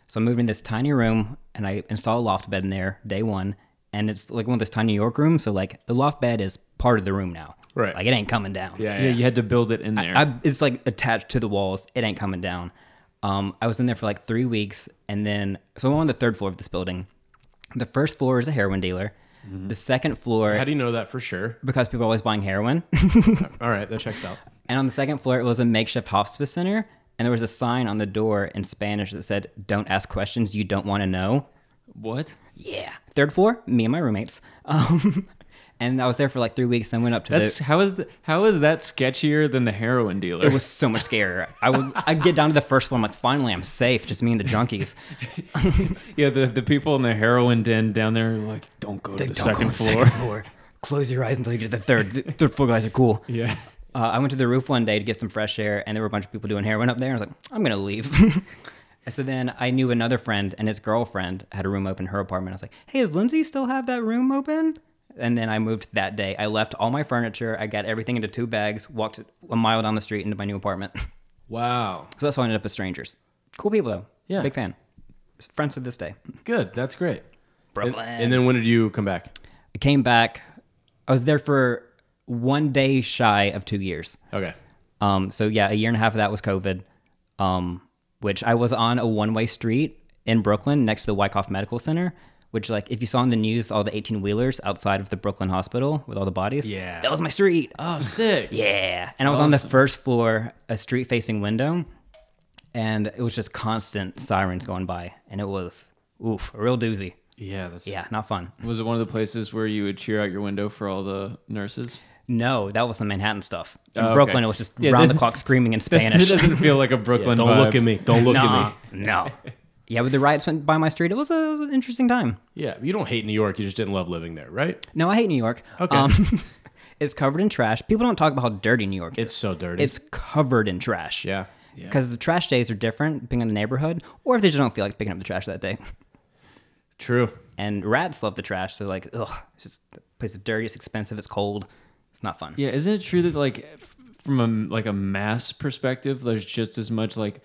so I moved in this tiny room, and I installed a loft bed in there day one. And it's like one of those tiny New York rooms, so like the loft bed is part of the room now.
Right.
Like it ain't coming down.
Yeah, you had to build it in there.
I, it's like attached to the walls. It ain't coming down. Um, I was in there for like three weeks, and then so I'm on the third floor of this building. The first floor is a heroin dealer. The second floor,
Mm-hmm. How do you know that for sure?
because people are always buying heroin.
All right, that checks out.
And on the second floor, it was a makeshift hospice center. And there was a sign on the door in Spanish that said, Don't ask questions you don't want to know.
what?
Yeah. Third floor, me and my roommates. Um, and I was there for like three weeks, then went up to
That's
the.
how is the, how is that sketchier than the heroin dealer?
It was so much scarier. I was I get down to the first floor. I'm like, finally, I'm safe. Just me and the junkies.
yeah, the, the people in the heroin den down there are like, don't go to the
Don't go
second
on the
floor.
second floor. Close your eyes until you get to the third. The third floor guys are cool.
yeah.
Uh, I went to the roof one day to get some fresh air, and there were a bunch of people doing heroin up there. I was like, I'm gonna leave. so then I knew another friend, and his girlfriend had a room open in her apartment. I was like, Hey, does Lindsay still have that room open? And then I moved that day. I left all my furniture. I got everything into two bags, walked a mile down the street into my new apartment.
Wow.
so that's how I ended up with strangers. Cool people though.
Yeah.
Big fan. friends to this day.
Good. That's great. And,
Brooklyn.
and then when did you come back?
I came back. I was there for one day shy of two years.
Okay.
Um, so yeah, a year and a half of that was COVID, um, which I was on a one-way street in Brooklyn next to the Wyckoff Medical Center. Which, like, if you saw in the news, all the 18 wheelers outside of the Brooklyn hospital with all the bodies.
Yeah.
that was my street.
Oh, sick.
Yeah. And I was on the first floor, a street facing window, and it was just constant sirens going by. And it was, oof, a real doozy.
Yeah. That's
Yeah, not fun.
Was it one of the places where you would cheer out your window for all the nurses?
No, that was some Manhattan stuff. In
Oh, okay.
Brooklyn, it was just
Yeah,
round
that-
the clock screaming in
It
Spanish.
doesn't feel like a Brooklyn.
Don't
vibe.
look at me. Don't look at
Nah,
me.
no. Yeah, but the riots went by my street. It was, a, it was an interesting time.
Yeah. You don't hate New York. You just didn't love living there, right?
No, I hate New York. Um,
Okay.
it's covered in trash. People don't talk about how dirty New York is.
It's so dirty.
It's covered in trash.
yeah. Yeah.
Because the trash days are different, depending on the neighborhood, or if they just don't feel like picking up the trash that day.
True.
And rats love the trash, so like, ugh, it's just the place is dirty, it's expensive, it's cold, it's not fun.
Yeah, isn't it true that like f- from a like a mass perspective, there's just as much like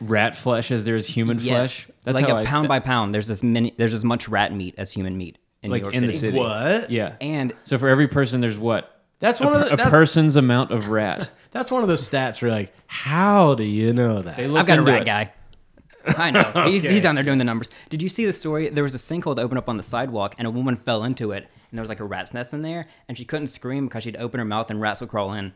rat flesh as there is human
Yes.
flesh? That's
like
how
a
I
pound
st-
by pound. There's as many, there's as much rat meat as human meat in
Like,
New York
in the
City.
city.
What?
Yeah.
And
so for every person, there's what
That's
a,
one
per-
of the,
a
that's,
person's amount of rat.
that's one of those stats where you're like, how do you know that?
They
I've
looked
got a
into
rat
it.
guy. I know. he's, he's down there doing the numbers. Did you see the story? There was a sinkhole that opened up on the sidewalk, and a woman fell into it, and there was like a rat's nest in there, and she couldn't scream because she'd open her mouth and rats would crawl in.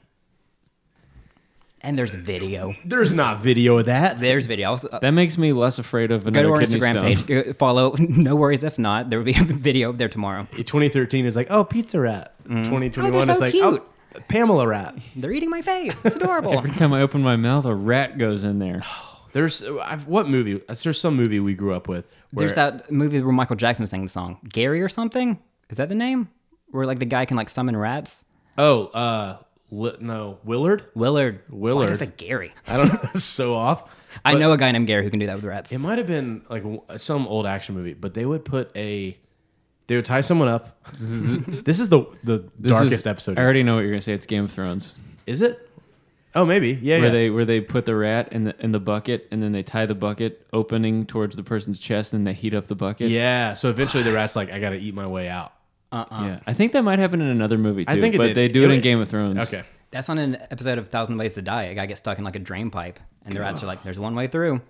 And there's video.
There's not video of that.
There's video. I was- uh,
That makes me less afraid of
go
another
to our
kidney
Instagram
stone.
page. go- Follow. No worries if not. There will be a video up there tomorrow.
2013 is like, oh, pizza rat. 2021
Oh, they're
is
so
like,
cute.
oh, Pamela rat.
They're eating my face. It's adorable.
Every time I open my mouth, a rat goes in there.
There's I've, what movie? There's some movie we grew up with. Where,
There's that movie where Michael Jackson sang the song Gary or something. Is that the name? Where like the guy can like summon rats.
Oh, uh, Li- no, Willard.
Willard.
Willard.
Why is it Gary?
I don't know. That's so off.
I know a guy named Gary who can do that with rats.
It might have been like w- some old action movie, but they would put a. They would tie someone up. this is the the
This
darkest
is,
episode.
I already know what you're gonna say. It's Game of Thrones,
is it? Oh, maybe. Yeah,
where
yeah.
they where they put the rat in the in the bucket, and then they tie the bucket opening towards the person's chest, and they heat up the bucket.
yeah. So eventually, the rat's like, I got to eat my way out.
Yeah, I think that might happen in another movie too.
I think it
but
did.
they do
It
it, in
would-
Game of Thrones.
Okay.
That's on an episode of Thousand Ways to Die. A guy gets stuck in like a drain pipe, and the rats are like, "There's one way through."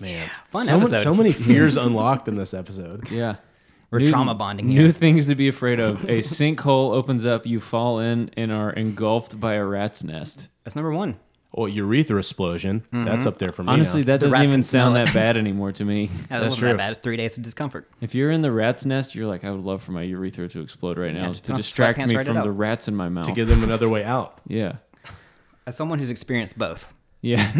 Man,
Fun
so,
episode.
so many fears unlocked in this episode.
Yeah.
We're trauma bonding
New
here.
things to be afraid of. A sinkhole opens up, you fall in, and are engulfed by a rat's nest.
That's number one.
Well, Oh, urethra explosion.
Mm-hmm.
That's up there for me.
Honestly,
now.
that
The
doesn't
rats
even
can smell
sound
it.
that bad anymore to me.
Yeah, that
That's
wasn't
true.
that bad. It's three days of discomfort.
If you're in the rat's nest, you're like, I would love for my urethra to explode right now
Yeah, just
to
put on
distract
sweatpants,
me
write it
from
out.
the rats in my mouth.
to give them another way out.
yeah.
As someone who's experienced both,
Yeah.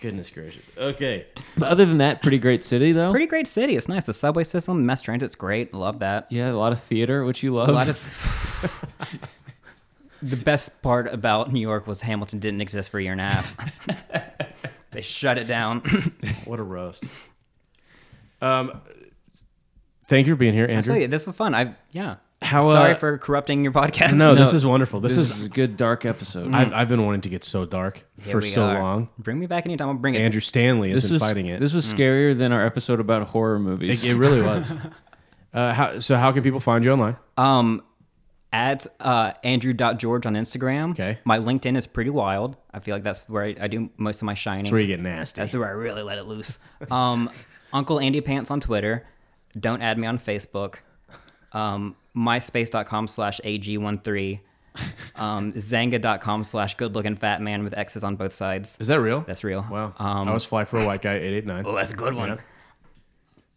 Goodness gracious. Okay.
but other than that, pretty great city, though.
pretty great city. It's nice. The subway system, mass transit's great. Love that.
yeah, a lot of theater, which you love.
A lot of. the best part about New York was Hamilton didn't exist for a year and a half. they shut it down.
What a roast. Um, thank you for being here, Andrew.
Actually, this was fun. I yeah.
How,
sorry
uh,
for corrupting your podcast.
no, this
No,
is wonderful. This,
this,
is.
is a good dark episode.
Mm.
I've, I've been wanting to get so dark
Here
for
we
so
are.
long.
Bring me back anytime. I'll bring it.
Andrew Stanley has
this
been
was
fighting it.
this
Mm.
was scarier than our episode about horror movies.
it, it really was. Uh, how, so how can people find you online?
Um, at uh, Andrew.George on Instagram.
Okay.
My LinkedIn is pretty wild. I feel like that's where I, I do most of my shining.
That's where you get nasty.
That's where I really let it loose. Um, Uncle Andy Pants on Twitter. Don't add me on Facebook. Um, myspace.com slash AG13. Um, Zanga.com slash good looking fat man with X's on both sides.
Is that real?
That's real.
Wow.
Um,
I was fly for a white guy eight eight nine.
oh, that's a good one.
I
And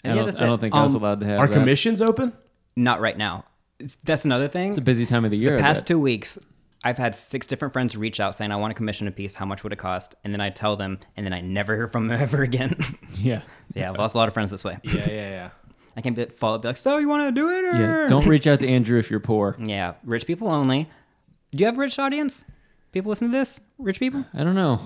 yeah,
don't,
that's
I
it.
don't think I was
Um,
allowed to have
Are
that.
commissions open?
Not right now. It's- That's another thing.
It's a busy time of the year. I
past
bet.
two weeks, I've had six different friends reach out saying I want to commission a piece. How much would it cost? And then I tell them, and then I never hear from them ever again. so
yeah,
yeah, I've lost a lot of friends this way.
Yeah, yeah, yeah.
I can be follow up be like, so you want to do it? Or?
yeah. Don't reach out to Andrew if you're poor.
Yeah, rich people only. Do you have a rich audience? People listen to this? Rich people?
I don't know.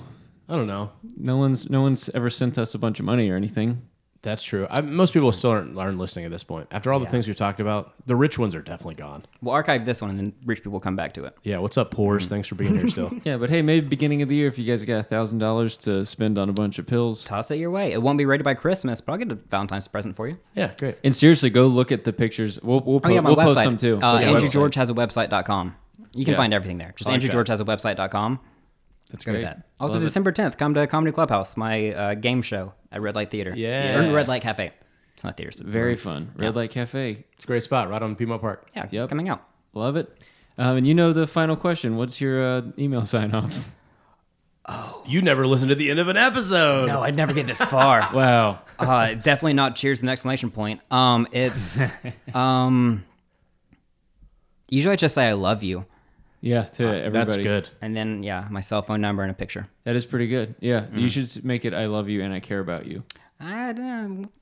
I don't know.
No one's no one's ever sent us a bunch of money or anything.
That's true. I, most people still aren't, aren't listening at this point. After all the
Yeah.
things we've talked about, the rich ones are definitely gone.
We'll archive this one, and then rich people will come back to it.
Yeah, what's up, poors? Thanks for being here still.
Yeah, but hey, maybe beginning of the year, if you guys got a thousand dollars to spend on a bunch of pills,
Toss it your way. It won't be ready by Christmas, but I'll get a Valentine's present for you.
yeah, great.
and seriously, go look at the pictures. We'll we'll,
Oh
po-
yeah, my
we'll
website.
post some too.
Uh,
Yeah,
Andrew
website.
George has a website.com. You can
Yeah.
find everything there. Just
I like
Andrew
that.
George has a website.com.
That's
Go
great.
to that. Also,
Love it.
December 10th, come to Comedy Clubhouse, my uh, game show at Red Light Theater.
Yes.
Or Red Light Cafe. It's not theater. It's
Very fun. Red Light Cafe.
It's a great spot right on Piedmont Park.
Yeah,
Yep.
coming out.
Love it. Um, and you know the final question. What's your uh, email sign off?
You never listen to the end of an episode.
No, I'd never get this far.
Wow.
uh, definitely not cheers and exclamation point. Um, it's um, usually I just say I love you,
Yeah, to everybody.
That's good.
and then yeah, my cell phone number and a picture.
That is pretty good. Yeah, you should s- make it "I love you" and "I care about you."
Mm-hmm. I don't, I don't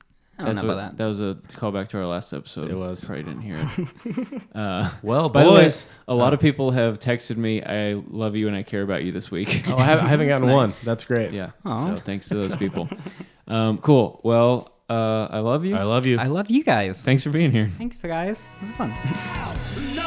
That's
know
what,
about that.
was a callback to our last episode.
It was.
Probably didn't hear it.
Well,
By the way,
boys,
a
Oh.
lot of people have texted me "I love you" and "I care about you" this week.
oh, I, have, I haven't gotten one. That's great.
yeah.
Aw.
So thanks to those people. um, cool. Well, uh, I love you.
I love you.
I love you guys.
thanks for being here.
Thanks, guys. This is fun.
No